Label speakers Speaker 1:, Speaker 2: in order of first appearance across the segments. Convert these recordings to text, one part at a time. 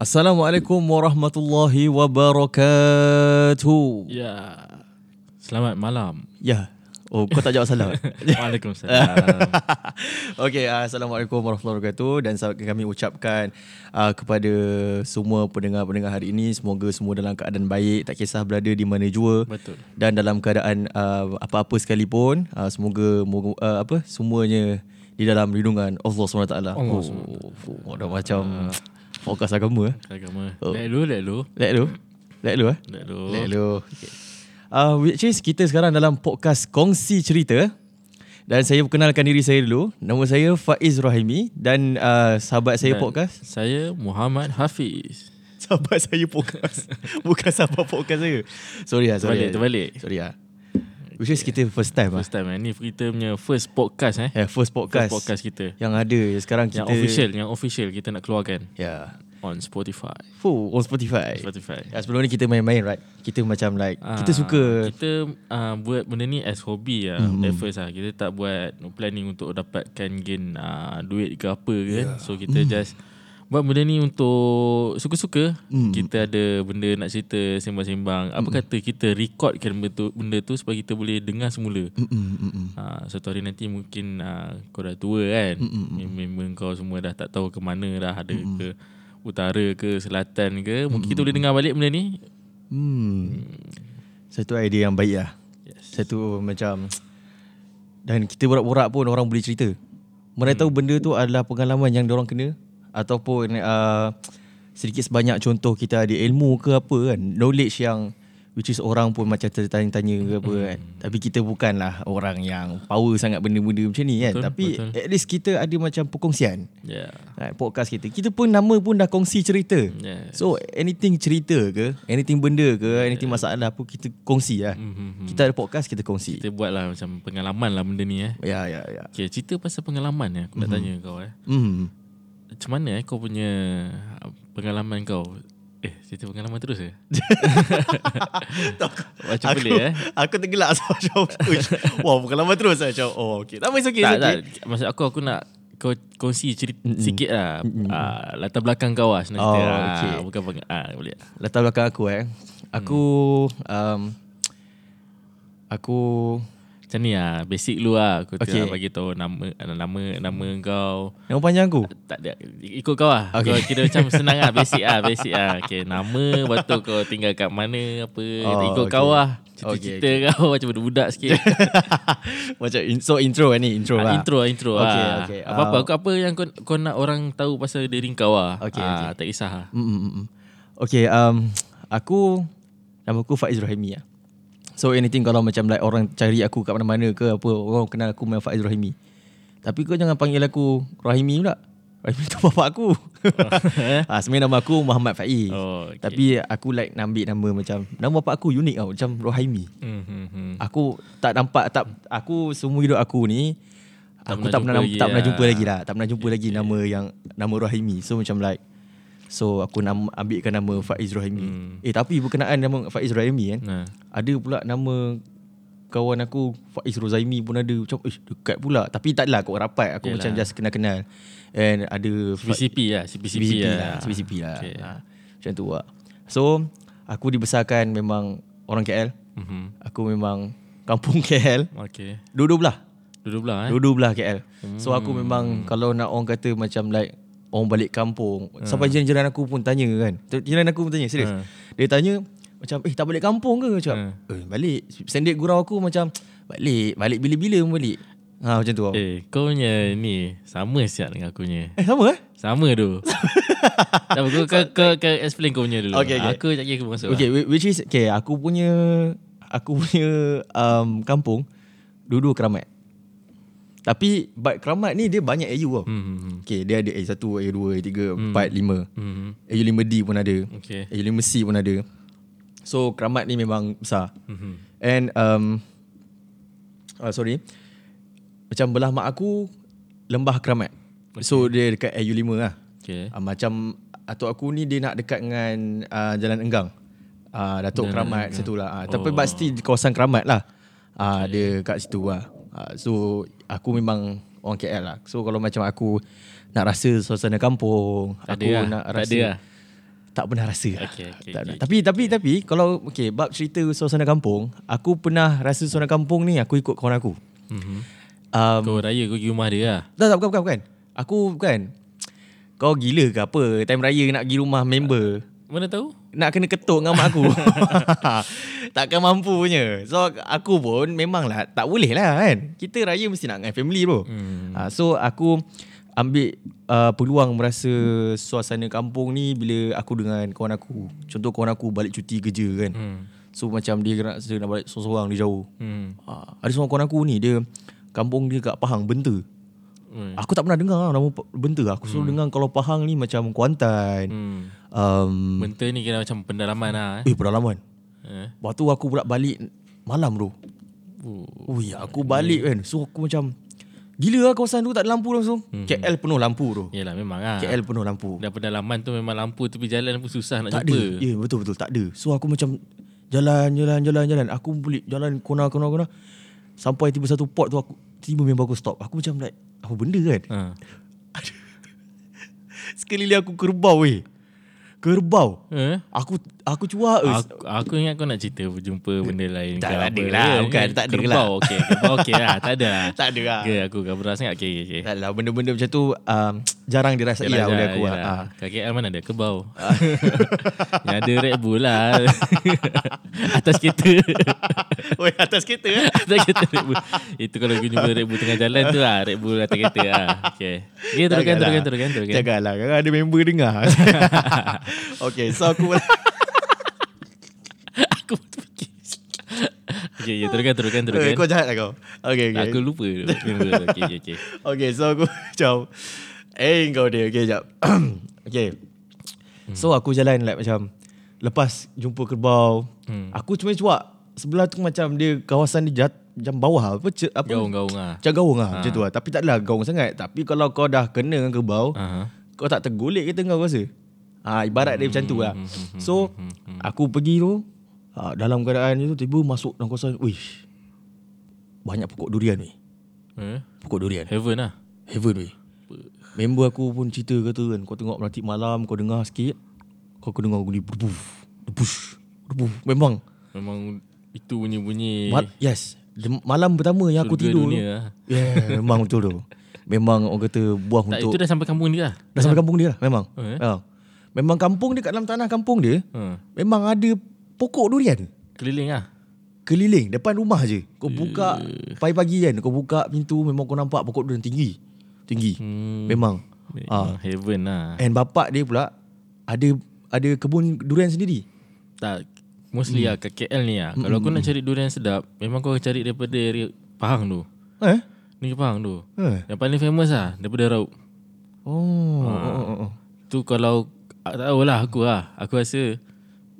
Speaker 1: Assalamualaikum warahmatullahi wabarakatuh.
Speaker 2: Ya. Selamat malam.
Speaker 1: Ya. Oh, kau tak jawab salah.
Speaker 2: Waalaikumsalam.
Speaker 1: Okey, uh, assalamualaikum warahmatullahi wabarakatuh dan sa- kami ucapkan uh, kepada semua pendengar-pendengar hari ini semoga semua dalam keadaan baik, tak kisah berada di mana jua.
Speaker 2: Betul.
Speaker 1: Dan dalam keadaan uh, apa-apa sekalipun, uh, semoga moga- uh, apa semuanya di dalam lindungan Allah SWT. Allah oh, oh, oh, dah macam fokus agama eh.
Speaker 2: Agama. Lek lu, lek lu.
Speaker 1: Let lu. Let lu eh.
Speaker 2: Lek lu.
Speaker 1: Lek lu. Okay. Uh, which is kita sekarang dalam podcast Kongsi Cerita. Dan saya perkenalkan diri saya dulu. Nama saya Faiz Rahimi dan uh, sahabat saya
Speaker 2: Dan
Speaker 1: podcast.
Speaker 2: Saya Muhammad Hafiz.
Speaker 1: Sahabat saya podcast. Bukan sahabat podcast saya. Sorry lah, sorry.
Speaker 2: Terbalik,
Speaker 1: lah.
Speaker 2: terbalik.
Speaker 1: Sorry lah. Which is kita first time lah.
Speaker 2: First time eh. Ni kita punya first podcast eh.
Speaker 1: Yeah, first podcast.
Speaker 2: First podcast kita.
Speaker 1: Yang ada sekarang kita.
Speaker 2: Yang official, yang official kita nak keluarkan
Speaker 1: Ya. Yeah.
Speaker 2: on Spotify.
Speaker 1: Fuh, on Spotify.
Speaker 2: Spotify.
Speaker 1: Ya, sebelum ni kita main-main right. Kita macam like kita
Speaker 2: Ah,
Speaker 1: suka
Speaker 2: Kita uh, buat benda ni as hobi lah mm-hmm. At first lah Kita tak buat planning untuk dapatkan gain uh, duit ke apa ke yeah. So kita mm. just Buat benda ni untuk suka-suka mm. Kita ada benda nak cerita Sembang-sembang Apa kata kita recordkan benda tu, benda tu Supaya kita boleh dengar semula
Speaker 1: Mm-mm-mm.
Speaker 2: uh, Suatu hari nanti mungkin uh, kau dah tua kan mm Member kau semua dah tak tahu ke mana dah Ada mm ke utara ke selatan ke Mungkin kita boleh dengar balik benda ni
Speaker 1: Hmm. Satu idea yang baik lah.
Speaker 2: Yes.
Speaker 1: Satu macam dan kita borak-borak pun orang boleh cerita. Mereka hmm. tahu benda tu adalah pengalaman yang orang kena ataupun uh, sedikit sebanyak contoh kita ada ilmu ke apa kan, knowledge yang which is orang pun macam tertanya-tanya ke apa kan.
Speaker 2: Hmm.
Speaker 1: Tapi kita bukanlah orang yang power sangat benda-benda macam ni kan.
Speaker 2: Betul,
Speaker 1: Tapi
Speaker 2: betul.
Speaker 1: at least kita ada macam perkongsian.
Speaker 2: Yeah
Speaker 1: Right, podcast kita. Kita pun nama pun dah kongsi cerita.
Speaker 2: Yes.
Speaker 1: So anything cerita ke, anything benda ke, anything masalah pun kita kongsi lah.
Speaker 2: Mhm.
Speaker 1: Kita ada podcast kita kongsi.
Speaker 2: Kita buat lah macam pengalaman lah benda ni eh.
Speaker 1: Ya ya ya.
Speaker 2: Okay, cerita pasal pengalaman eh. Aku
Speaker 1: Mhm.
Speaker 2: nak tanya kau eh.
Speaker 1: Hmm.
Speaker 2: Macam mana eh kau punya uh, pengalaman kau? Eh, cerita pengalaman terus eh? Macam
Speaker 1: aku,
Speaker 2: pelik eh?
Speaker 1: Aku tergelak so, macam uish, Wow bukan lama terus lah, Macam oh okay Tak apa it's okay,
Speaker 2: tak,
Speaker 1: it's
Speaker 2: tak.
Speaker 1: okay.
Speaker 2: Maksud aku, aku nak kau kongsi cerita mm sikit lah. Uh, latar belakang kau lah senang
Speaker 1: Mhm. Oh,
Speaker 2: cerita. Ah,
Speaker 1: okay.
Speaker 2: Bukan peng- ah, boleh.
Speaker 1: Latar belakang aku eh Aku um, Aku
Speaker 2: Macam ni lah, basic lu lah. Aku
Speaker 1: Okay.
Speaker 2: okay. bagi tahu nama, nama, nama kau.
Speaker 1: Nama panjang aku
Speaker 2: Tak ada Ikut kau lah
Speaker 1: Okay.
Speaker 2: okay. Kau kira macam senang lah Basic lah Basic lah okay, Nama Lepas tu kau tinggal kat mana Apa
Speaker 1: Oh,
Speaker 2: oh,
Speaker 1: okay.
Speaker 2: Ikut okay. kau lah
Speaker 1: Okay,
Speaker 2: Cerita-cerita okay, okay. kau Macam budak-budak sikit
Speaker 1: Macam in, So intro eh, ni Intro
Speaker 2: ah,
Speaker 1: lah
Speaker 2: Intro lah intro
Speaker 1: Okay,
Speaker 2: lah
Speaker 1: okay.
Speaker 2: Apa-apa
Speaker 1: Ah.
Speaker 2: kau, Apa yang kau, kau nak orang tahu Pasal diri kau lah
Speaker 1: Okay,
Speaker 2: ah, Tak kisah lah
Speaker 1: Mm, mm, mm, mm. Okay, um, aku nama aku Faiz Rahimi lah. So anything kalau macam like orang cari aku kat mana-mana ke apa, orang kenal aku main Faiz Rahimi. Tapi kau jangan panggil aku Rahimi pula. Rahimi tu bapak aku. ah, sebenarnya nama aku Muhammad Faiz.
Speaker 2: Eh? Oh, okay.
Speaker 1: Tapi aku like nak ambil nama macam nama bapak aku unik tau, macam Rahimi.
Speaker 2: hmm, hmm, hmm.
Speaker 1: Aku tak nampak tak aku semua hidup aku ni
Speaker 2: Tak
Speaker 1: aku tak pernah
Speaker 2: pernah jumpa lagi
Speaker 1: tak pernah
Speaker 2: lah.
Speaker 1: jumpa lagi lah. Tak pernah jumpa lagi nama yang nama Rahimi. So macam like so aku nam, ambilkan nama Faiz Rahimi.
Speaker 2: Hmm.
Speaker 1: Eh tapi berkenaan nama Faiz Rahimi kan.
Speaker 2: Nah.
Speaker 1: Ada pula nama kawan aku Faiz Rozaimi pun ada macam eh dekat pula tapi tak adalah aku orang rapat aku macam just kenal-kenal and ada Fa-
Speaker 2: CPCP lah CPCP,
Speaker 1: CBCP
Speaker 2: lah,
Speaker 1: lah CBCP lah
Speaker 2: Okay.
Speaker 1: ha, Macam tu lah So Aku dibesarkan memang Orang KL
Speaker 2: Mhm.
Speaker 1: Aku memang Kampung KL
Speaker 2: Okay
Speaker 1: Dua-dua belah
Speaker 2: Duduk pula eh
Speaker 1: Dua-dua belah KL So aku memang Kalau nak orang kata macam like Orang balik kampung
Speaker 2: Hmm.
Speaker 1: Sampai jiran-jiran aku pun tanya kan Jiran aku pun tanya serius
Speaker 2: Ha.
Speaker 1: Dia tanya Macam eh tak balik kampung ke Aku Cakap
Speaker 2: Hmm.
Speaker 1: eh balik Standard gurau aku macam Balik Balik bila-bila pun balik Ha macam tu tau.
Speaker 2: Eh kau punya ni Sama siap dengan aku punya
Speaker 1: Eh sama eh
Speaker 2: Sama tu Tak apa kau, kau, kau, kau explain kau punya dulu
Speaker 1: Okay, okay.
Speaker 2: Aku sekejap lagi aku masuk lah.
Speaker 1: Okay, whi- which is okay. Aku punya aku punya um, kampung dulu keramat. Tapi but keramat ni dia banyak AU tau. Hmm.
Speaker 2: Hmm.
Speaker 1: Okay, dia ada AU 1, AU 2, AU 3, 4, 5.
Speaker 2: Hmm.
Speaker 1: AU 5D pun ada.
Speaker 2: Okay.
Speaker 1: AU 5C pun ada. So keramat ni memang besar.
Speaker 2: Mhm.
Speaker 1: And um, uh, sorry. Macam belah mak aku lembah keramat. So dia dekat AU 5 lah.
Speaker 2: Okay.
Speaker 1: Uh, macam atuk aku ni dia nak dekat dengan uh, Jalan Enggang. Uh, Datuk Jalan Keramat Enggang. situ lah. Uh, oh. Tapi but still di kawasan Keramat lah. Uh, okay. Dia kat situ lah. Uh, so aku memang orang KL lah. So kalau macam aku nak rasa suasana kampung.
Speaker 2: Tak
Speaker 1: aku
Speaker 2: ada lah.
Speaker 1: nak
Speaker 2: Tak
Speaker 1: rasa.
Speaker 2: ada lah.
Speaker 1: tak pernah rasa. lah.
Speaker 2: Okay, okay,
Speaker 1: tak
Speaker 2: okay,
Speaker 1: pernah. Tapi tapi tapi kalau okey bab cerita suasana kampung, aku pernah rasa suasana kampung ni aku ikut kawan aku.
Speaker 2: Mm-hmm.
Speaker 1: Um,
Speaker 2: Kau raya kau pergi rumah dia lah.
Speaker 1: tak tak bukan bukan bukan. Aku bukan. Kau gila ke apa? Time raya nak pergi rumah member.
Speaker 2: Mana tahu?
Speaker 1: Nak kena ketuk dengan mak aku Takkan mampu punya So aku pun memanglah Tak boleh lah kan Kita raya mesti nak dengan family bro hmm. ha, So aku ambil uh, peluang merasa suasana kampung ni Bila aku dengan kawan aku Contoh kawan aku balik cuti kerja kan hmm. So macam dia nak, dia nak balik seorang-seorang dia jauh
Speaker 2: Hmm.
Speaker 1: ha, Ada seorang kawan aku ni Dia kampung dia kat Pahang Benta
Speaker 2: Hmm.
Speaker 1: Aku tak pernah dengar lah nama pa- Benta Aku selalu hmm. dengar kalau Pahang ni macam Kuantan hmm.
Speaker 2: Hmm.
Speaker 1: um,
Speaker 2: Benta ni kira macam pendalaman lah. Eh.
Speaker 1: Eh pedalaman
Speaker 2: Eh.
Speaker 1: Lepas tu aku pula balik malam tu.
Speaker 2: Oh.
Speaker 1: Ui, aku balik kan. So aku macam gila lah kawasan tu tak ada lampu langsung. Hmm. KL penuh lampu tu.
Speaker 2: Yelah memang lah.
Speaker 1: KL penuh lampu.
Speaker 2: Dah pendalaman tu memang lampu tepi jalan pun susah nak
Speaker 1: tak ada.
Speaker 2: jumpa.
Speaker 1: Ya, yeah, betul betul tak ada. So aku macam jalan jalan jalan jalan. Aku boleh jalan kona kona kona. Sampai tiba satu port tu aku tiba member aku stop. Aku macam like apa benda kan?
Speaker 2: Ha.
Speaker 1: Sekali dia aku kerbau weh. Kerbau.
Speaker 2: Eh?
Speaker 1: Aku aku cuak. eh.
Speaker 2: Aku, aku ingat kau nak cerita jumpa benda lain
Speaker 1: Tak
Speaker 2: ke
Speaker 1: ada
Speaker 2: apa.
Speaker 1: lah,
Speaker 2: Eh,
Speaker 1: bukan, tak ada
Speaker 2: kerbau,
Speaker 1: lah.
Speaker 2: okey. Kerbau okey lah. Tak ada lah.
Speaker 1: Tak ada lah.
Speaker 2: Ke aku kabur sangat okey okey. okey.
Speaker 1: Tak lah benda-benda macam tu um, jarang dirasai lah oleh aku.
Speaker 2: yelah.
Speaker 1: Lah. Ah.
Speaker 2: Kat KL mana ada kebau Yang ada Red Bull lah Atas kereta
Speaker 1: Oi, atas kereta eh.
Speaker 2: Atas kereta Red Bull Itu kalau aku jumpa Red Bull tengah jalan tu lah Red Bull atas kereta lah Okay, okay teruskan, teruskan, teruskan, teruskan
Speaker 1: Janganlah lah. Jangan ada member dengar Okay so aku
Speaker 2: Aku pun terfikir Okay, okay teruskan, teruskan, teruskan
Speaker 1: Kau jahat lah kau Okay okay
Speaker 2: Aku lupa member. Okay, okay, okay
Speaker 1: Okay so aku macam Eh kau dia Okay jap Okay So aku jalan like macam Lepas jumpa kerbau Aku cuma cuak Sebelah tu macam dia Kawasan dia jat, macam bawah Apa, ce, apa
Speaker 2: Gaung-gaung lah
Speaker 1: Macam gaung lah macam tu lah Tapi tak adalah gaung sangat Tapi kalau kau dah kena dengan kerbau
Speaker 2: Aha.
Speaker 1: Kau tak tergolek ke tengah kau rasa ha, Ibarat dia macam tu lah So Aku pergi tu ha, Dalam keadaan tu Tiba masuk dalam kawasan Wish Banyak pokok durian ni
Speaker 2: Eh?
Speaker 1: Pokok durian
Speaker 2: Heaven lah
Speaker 1: Heaven weh Member aku pun cerita kata kan Kau tengok nanti malam Kau dengar sikit Kau kau dengar bunyi Debuf Debus Debuf Memang
Speaker 2: Memang itu bunyi-bunyi
Speaker 1: Ma- Yes Dem- Malam pertama yang aku
Speaker 2: Surga
Speaker 1: tidur tu
Speaker 2: Eh. dunia lah.
Speaker 1: Yeah memang betul tu Memang orang kata Buah
Speaker 2: Tak,
Speaker 1: untuk
Speaker 2: itu dah sampai kampung dia lah
Speaker 1: Dah sampai kampung dia lah Memang
Speaker 2: Oh, eh?
Speaker 1: ha. Memang kampung dia Kat dalam tanah kampung dia
Speaker 2: ha.
Speaker 1: Memang ada Pokok durian Ah.
Speaker 2: Keliling lah
Speaker 1: Keliling Depan rumah je Kau buka
Speaker 2: Eh.
Speaker 1: Pagi-pagi kan Kau buka pintu Memang kau nampak Pokok durian tinggi Tinggi
Speaker 2: Hmm.
Speaker 1: Memang Ha.
Speaker 2: Ah. Heaven lah
Speaker 1: And bapak dia pula Ada Ada kebun durian sendiri
Speaker 2: Tak Mostly lah kat KL ni lah Kalau kau nak cari durian sedap Memang kau cari daripada area Pahang tu
Speaker 1: Eh?
Speaker 2: Negeri Pahang tu
Speaker 1: eh?
Speaker 2: Yang paling famous lah Daripada Raup
Speaker 1: Oh, oh, oh, oh.
Speaker 2: Tu kalau ah, Tak tahulah aku lah Aku rasa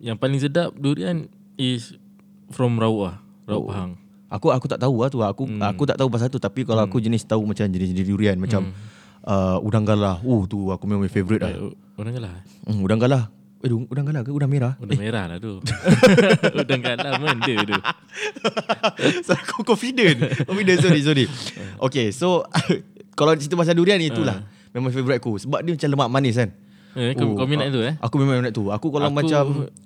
Speaker 2: Yang paling sedap durian Is From Raup lah Raup Pahang
Speaker 1: Aku aku tak tahu lah tu Aku hmm. aku tak tahu pasal tu Tapi kalau hmm. aku jenis tahu Macam jenis-jenis durian Macam hmm. uh, Udang galah Oh tu aku memang favourite lah
Speaker 2: Eh, Orang kalah
Speaker 1: hmm, Udang galah Eh du- udang galah ke udang merah
Speaker 2: Udang merah lah tu Udang kalah benda tu
Speaker 1: so, Aku confident Confident sorry sorry Okay so Kalau cerita pasal durian Itulah Memang favourite aku Sebab dia macam lemak manis kan
Speaker 2: eh, kau,
Speaker 1: Oh,
Speaker 2: kau minat tu eh
Speaker 1: Aku memang nak tu Aku kalau
Speaker 2: Aku-
Speaker 1: macam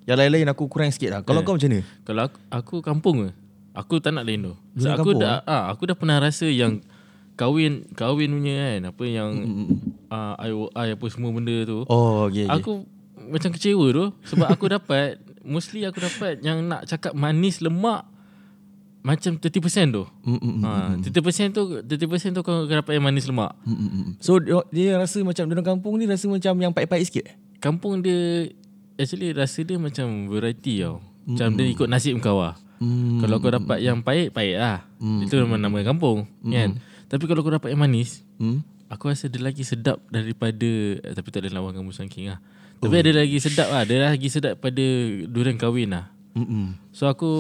Speaker 1: Yang lain-lain aku kurang sikit lah Kalau kau macam mana?
Speaker 2: Kalau aku, aku kampung ke? Aku tak nak lain tu.
Speaker 1: Dulu
Speaker 2: Sebab aku
Speaker 1: kampung, eh?
Speaker 2: dah ah, aku dah pernah rasa yang kahwin kahwin punya kan apa yang ah IOI apa semua benda tu.
Speaker 1: Oh okay, okay.
Speaker 2: Aku macam kecewa tu sebab aku dapat mostly aku dapat yang nak cakap manis lemak macam 30% tu.
Speaker 1: Mm, mm, mm.
Speaker 2: Ha, 30% tu 30% tu kau akan dapat yang manis lemak.
Speaker 1: Mm, mm, mm. So dia, dia rasa macam Dalam kampung ni Rasa macam yang pahit-pahit sikit eh?
Speaker 2: Kampung dia actually rasa dia macam variety tau. Macam dia ikut nasib kau lah.
Speaker 1: mm.
Speaker 2: Kalau kau dapat yang pahit, pahit lah. Mm. Itu nama nama kampung, mm. kan? Tapi kalau kau dapat yang manis,
Speaker 1: Hmm?
Speaker 2: aku rasa dia lagi sedap daripada eh, tapi tak ada lawan kamu King lah. Tapi ada lagi sedap lah, dia lagi sedap pada durian kahwin lah.
Speaker 1: Mm, mm.
Speaker 2: So aku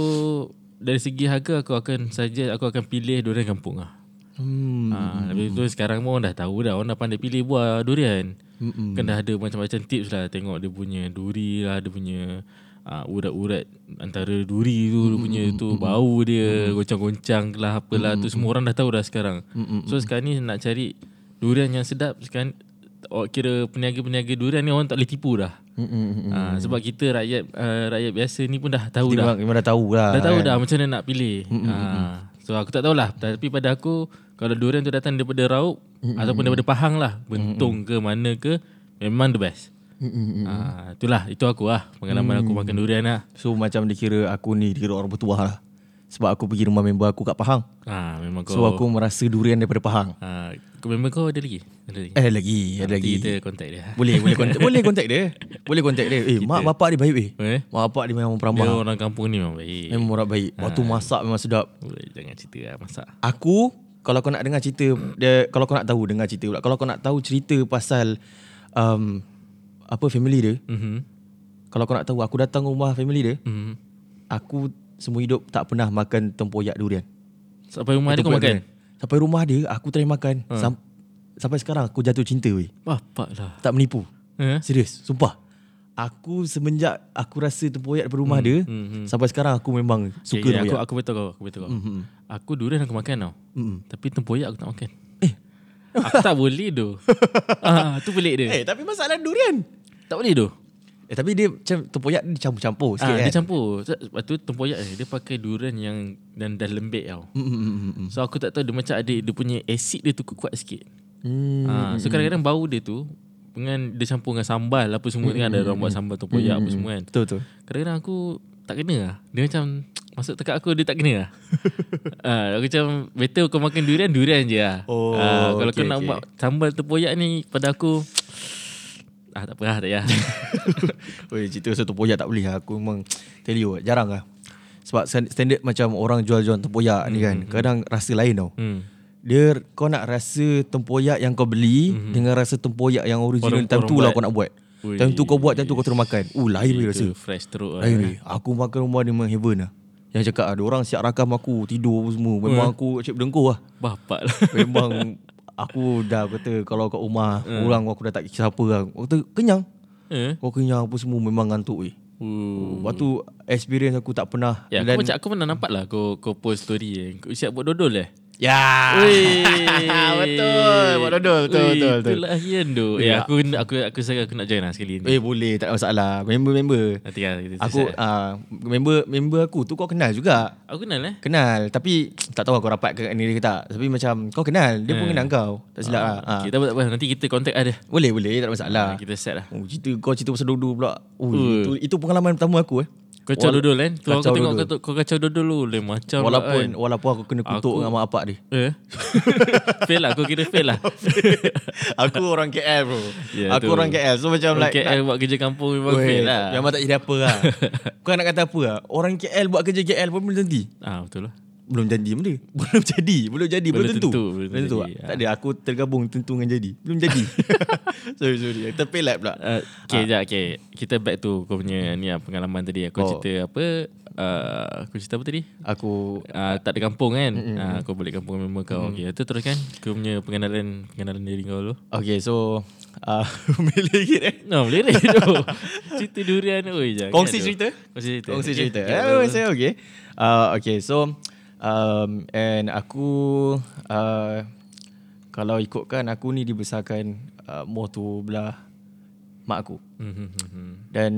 Speaker 2: dari segi harga aku akan saja aku akan pilih durian kampung lah.
Speaker 1: Hmm. Hmm,
Speaker 2: Ha, Lepas tu sekarang pun orang dah tahu dah Orang dah pandai pilih buah durian
Speaker 1: Mm-mm.
Speaker 2: Kan dah ada macam-macam tips lah Tengok dia punya duri lah Dia punya uh, urat-urat Antara duri tu
Speaker 1: Hmm,
Speaker 2: Dia punya tu Bau dia Goncang-goncang lah Apalah
Speaker 1: hmm,
Speaker 2: tu Semua orang dah tahu dah sekarang So sekarang ni nak cari Durian yang sedap Sekarang oh, Kira peniaga-peniaga durian ni Orang tak boleh tipu dah
Speaker 1: Hmm,
Speaker 2: Mm-mm. Uh, sebab kita rakyat uh, rakyat biasa ni pun dah tahu
Speaker 1: Kita
Speaker 2: dah.
Speaker 1: memang, memang dah tahu lah
Speaker 2: Dah tahu dah macam mana nak pilih. Ha. So aku tak tahulah tapi pada aku kalau durian tu datang daripada Raub ataupun daripada Pahang lah, Bentong ke mana ke memang the best. Ha, itulah itu aku lah pengalaman aku
Speaker 1: Mm.
Speaker 2: makan durian lah.
Speaker 1: So macam dia kira aku ni Dia kira orang bertuah lah Sebab aku pergi rumah member aku kat Pahang
Speaker 2: Ha, memang kau.
Speaker 1: So aku merasa durian daripada Pahang
Speaker 2: ha, kau memang kau ada lagi? Ada lagi.
Speaker 1: Eh lagi Ada
Speaker 2: Nanti
Speaker 1: lagi
Speaker 2: kita contact dia.
Speaker 1: Boleh boleh contact Boleh contact dia Boleh contact dia Eh mak bapak dia baik eh
Speaker 2: Eh?
Speaker 1: Mak bapak dia memang
Speaker 2: Dia
Speaker 1: peramah
Speaker 2: orang kampung ni memang baik.
Speaker 1: Memang orang baik Waktu masak memang sedap
Speaker 2: Boleh, Jangan cerita lah masak.
Speaker 1: Aku kalau kau nak dengar cerita dia, kalau kau nak tahu dengar cerita pula. Kalau kau nak tahu cerita pasal um, apa family dia.
Speaker 2: Mhm.
Speaker 1: Kalau kau nak tahu aku datang rumah family dia,
Speaker 2: Mhm.
Speaker 1: aku semua hidup tak pernah makan tempoyak durian.
Speaker 2: Sampai rumah dia kau makan.
Speaker 1: Durian.
Speaker 2: Ha.
Speaker 1: Sampai rumah dia aku try makan. Sam- sampai sekarang aku jatuh cinta weh.
Speaker 2: Bapak lah.
Speaker 1: Tak menipu.
Speaker 2: Eh?
Speaker 1: Serius, sumpah. Aku semenjak aku rasa tempoyak daripada rumah dia,
Speaker 2: hmm,
Speaker 1: sampai sekarang aku memang suka
Speaker 2: Okay,
Speaker 1: tempoyak.
Speaker 2: Ya, aku aku betul kau, aku betul kau. Mm-hmm. Aku durian aku makan tau. Mm-hmm. Tapi tempoyak aku tak makan. Eh. Aku tak boleh tu. ah, tu pelik dia.
Speaker 1: Eh, tapi masalah durian.
Speaker 2: Tak boleh tu.
Speaker 1: Eh, tapi dia macam tempoyak dia campur-campur sikit
Speaker 2: Ah,
Speaker 1: kan.
Speaker 2: dia campur. So, Lepas tu tempoyak ni, dia pakai durian yang dan dah lembek tau. Mm-hmm. So aku tak tahu dia macam ada dia punya asid dia tu kuat sikit.
Speaker 1: Hmm.
Speaker 2: Ha, so kadang-kadang bau dia tu dengan dia campur dengan sambal apa semua mm kan ada orang buat sambal tempoyak apa semua kan.
Speaker 1: Betul betul.
Speaker 2: Kadang-kadang aku tak kena lah. Dia macam masuk tekak aku dia tak kena lah. uh, aku macam better kau makan durian durian je lah.
Speaker 1: Oh,
Speaker 2: Ah, kalau
Speaker 1: okay,
Speaker 2: kau nak
Speaker 1: okay.
Speaker 2: buat sambal tempoyak ni pada aku ah tak apa lah tak payah.
Speaker 1: Oi, cerita pasal tempoyak tak boleh lah. Aku memang tell you jarang lah. Sebab stan- standard macam orang jual-jual tempoyak ni kan. Kadang rasa lain tau.
Speaker 2: hmm.
Speaker 1: Dia kau nak rasa tempoyak yang kau beli dengan rasa tempoyak yang original
Speaker 2: Hmm, Orang-
Speaker 1: time
Speaker 2: orang
Speaker 1: tu lah
Speaker 2: buat.
Speaker 1: kau nak buat.
Speaker 2: Ui.
Speaker 1: Time tu kau buat, time tu kau terus makan. Oh, lain weh rasa.
Speaker 2: Itu fresh teruk lah.
Speaker 1: Lain weh. Aku makan rumah dia memang heaven lah. Yang cakap ada orang siap rakam aku tidur apa semua. Memang
Speaker 2: Hmm.
Speaker 1: aku cip dengkur lah.
Speaker 2: Bapak lah.
Speaker 1: Memang aku dah kata kalau kat rumah
Speaker 2: Hmm.
Speaker 1: orang aku dah tak kisah apa lah. Aku kata kenyang.
Speaker 2: eh?
Speaker 1: Kau kenyang apa semua memang ngantuk weh.
Speaker 2: Uh.
Speaker 1: Lepas tu experience aku tak pernah
Speaker 2: Ya, aku macam aku pernah nampak lah kau, kau post story eh. Kau siap buat dodol eh?
Speaker 1: Ya. Ah, Betul. Buat dodol betul
Speaker 2: Ui,
Speaker 1: betul betul. ah.
Speaker 2: Itulah Ian tu. Eh, aku aku aku saya aku nak join lah sekali ni.
Speaker 1: Eh boleh tak ada masalah. Member-member.
Speaker 2: Nanti lah kita
Speaker 1: Aku ah member member aku tu kau kenal juga.
Speaker 2: Aku kenal eh.
Speaker 1: Kenal tapi tak tahu aku rapat ke ni dia ke tak. Tapi macam kau kenal, dia
Speaker 2: Hmm.
Speaker 1: pun kenal kau. Tak silap ah. ah.
Speaker 2: Okay, tak apa, tak apa. Nanti kita contact ada.
Speaker 1: Boleh boleh tak ada masalah.
Speaker 2: Kita set lah.
Speaker 1: Oh, cerita kau cerita pasal dodo pula. Oh, itu itu pengalaman pertama aku eh.
Speaker 2: Kacau dodol kan? Tu aku
Speaker 1: kacau
Speaker 2: tengok
Speaker 1: dodol.
Speaker 2: kau, tu- kau kacau dodol lu lain macam. lah,
Speaker 1: Walaupun walaupun aku kena kutuk
Speaker 2: Aku-
Speaker 1: dengan mak bapak dia.
Speaker 2: kan. Eh? fail lah. Kau kira fail lah.
Speaker 1: aku orang KL bro.
Speaker 2: Ya,
Speaker 1: aku
Speaker 2: tu.
Speaker 1: orang KL. So macam
Speaker 2: Orang
Speaker 1: like
Speaker 2: KL eh, buat kerja kampung memang
Speaker 1: Weh,
Speaker 2: fail lah.
Speaker 1: Memang tak jadi apa lah Kau nak kata apa lah Orang KL buat kerja KL pun belum janji
Speaker 2: Ah betul lah.
Speaker 1: Belum janji benda Belum jadi Belum jadi Belum,
Speaker 2: Belum
Speaker 1: tentu,
Speaker 2: tentu, belum
Speaker 1: tentu.
Speaker 2: jadi,
Speaker 1: Tak ada aku tergabung tentu dengan jadi Belum jadi Sorry sorry Terpelat pula
Speaker 2: Uh, okay, ah. okay. Kita back to kau punya ni lah, pengalaman tadi. Kau
Speaker 1: Oh.
Speaker 2: cerita apa? Uh, kau cerita apa tadi?
Speaker 1: Aku
Speaker 2: Uh, tak ada kampung kan? Ah, kau balik kampung member kau. Okay, itu terus kan? Kau punya pengenalan pengenalan diri kau dulu.
Speaker 1: Okay so uh, Milih sikit eh
Speaker 2: No, boleh dah tu. cerita durian oi jangan.
Speaker 1: Kongsi
Speaker 2: tu.
Speaker 1: cerita?
Speaker 2: Kongsi cerita.
Speaker 1: Kongsi
Speaker 2: Okay,
Speaker 1: cerita
Speaker 2: okay,
Speaker 1: Eh,
Speaker 2: apa-apa.
Speaker 1: saya okay uh, Okay so um, And aku uh, Kalau ikutkan Aku ni dibesarkan uh, More to belah Mak aku
Speaker 2: Mhm, mhm,
Speaker 1: Mm-hmm. Dan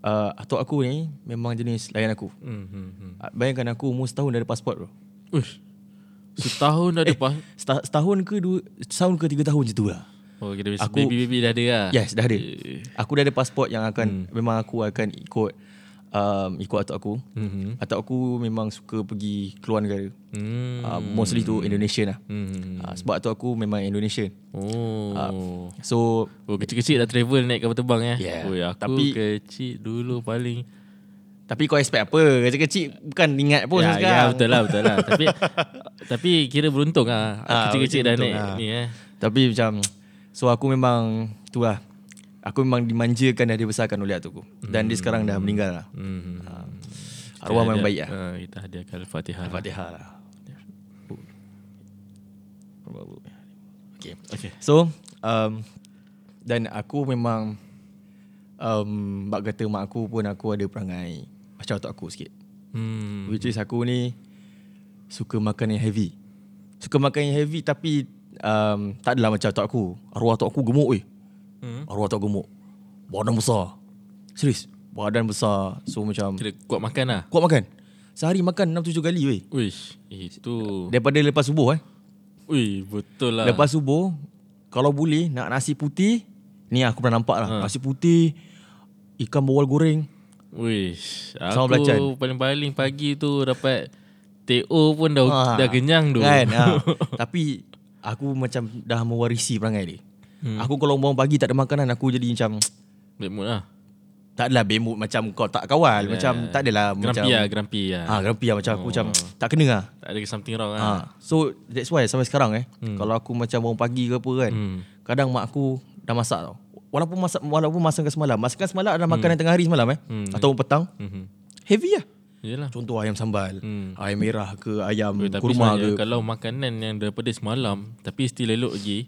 Speaker 1: uh, atuk aku ni memang jenis layan aku.
Speaker 2: mhm, mhm.
Speaker 1: Uh, Bayangkan aku umur setahun dah ada pasport bro.
Speaker 2: Uish. Setahun
Speaker 1: Eh.
Speaker 2: dah lepas.
Speaker 1: Seta- setahun ke dua, setahun ke tiga tahun macam tu lah.
Speaker 2: Oh, kira
Speaker 1: Aku-
Speaker 2: baby-baby dah ada lah.
Speaker 1: Yes, dah ada. Aku dah ada pasport yang akan, memang aku akan ikut um, ikut atuk aku.
Speaker 2: Mhm.
Speaker 1: Atuk aku memang suka pergi keluar negara.
Speaker 2: Hmm.
Speaker 1: Uh, mostly tu Indonesian lah.
Speaker 2: Hmm.
Speaker 1: Uh, sebab atuk aku memang Indonesian.
Speaker 2: Oh.
Speaker 1: Ah. So,
Speaker 2: Oh kecil-kecil dah travel naik kapal terbang eh.
Speaker 1: Yeah.
Speaker 2: Oh, aku
Speaker 1: Tapi-
Speaker 2: kecil dulu paling.
Speaker 1: tapi kau expect apa? Kecil-kecil bukan ingat pun
Speaker 2: ya,
Speaker 1: yeah, sekarang.
Speaker 2: ya betul lah betul lah. tapi tapi kira beruntung ah.
Speaker 1: Ah,
Speaker 2: kecil-kecil dah
Speaker 1: beruntung
Speaker 2: naik
Speaker 1: ah.
Speaker 2: ni eh.
Speaker 1: Tapi macam So aku memang tu lah Aku memang dimanjakan dan dibesarkan oleh atuk aku Dan dia sekarang dah meninggal lah
Speaker 2: Hmm.
Speaker 1: Arwah memang baik lah
Speaker 2: Uh, kita hadiahkan Al-Fatihah.
Speaker 1: Al-Fatihah lah Okay
Speaker 2: Okey.
Speaker 1: So um, Dan aku memang um, Bak kata mak aku pun aku ada perangai Macam atuk aku sikit
Speaker 2: Hmm.
Speaker 1: Which is aku ni Suka makan yang heavy Suka makan yang heavy tapi um, Tak adalah macam atuk aku Arwah atuk aku gemuk weh
Speaker 2: Hmm.
Speaker 1: Arwah atuk gemuk Badan besar Serius Badan besar So macam
Speaker 2: Kira kuat makan lah
Speaker 1: Kuat makan Sehari makan 6-7 kali weh
Speaker 2: Uish Itu
Speaker 1: Daripada lepas subuh eh
Speaker 2: Ui betul lah
Speaker 1: Lepas subuh Kalau boleh Nak nasi putih Ni aku pernah nampak lah ha. Nasi putih Ikan bawal goreng
Speaker 2: Uish
Speaker 1: Sama
Speaker 2: Aku
Speaker 1: belacan.
Speaker 2: paling-paling pagi tu dapat TO pun
Speaker 1: Ah.
Speaker 2: dah, dah kenyang tu
Speaker 1: Kan ha. Tapi Aku macam Dah mewarisi perangai dia hmm. Aku kalau bangun pagi Tak ada makanan Aku jadi macam
Speaker 2: Bad mood lah
Speaker 1: Tak adalah bemut Macam kau tak kawal Macam tak adalah
Speaker 2: Grumpy
Speaker 1: Ah, macam,
Speaker 2: lah Grumpy lah
Speaker 1: ha, Grumpy lah Macam aku macam Tak kena lah
Speaker 2: Tak ada something wrong lah
Speaker 1: ha. So that's why Sampai sekarang eh hmm. Kalau aku macam bangun pagi ke apa kan hmm. Kadang mak aku Dah masak tau Walaupun masak Walaupun masakkan semalam Masakkan semalam adalah makanan tengah hari semalam eh hmm. Atau petang
Speaker 2: Mhm.
Speaker 1: Heavy lah
Speaker 2: Yelah
Speaker 1: Contoh ayam sambal
Speaker 2: Hmm.
Speaker 1: Ayam merah ke Ayam
Speaker 2: Tapi
Speaker 1: kurma
Speaker 2: sebenarnya
Speaker 1: ke
Speaker 2: Kalau makanan yang daripada semalam Tapi still elok lagi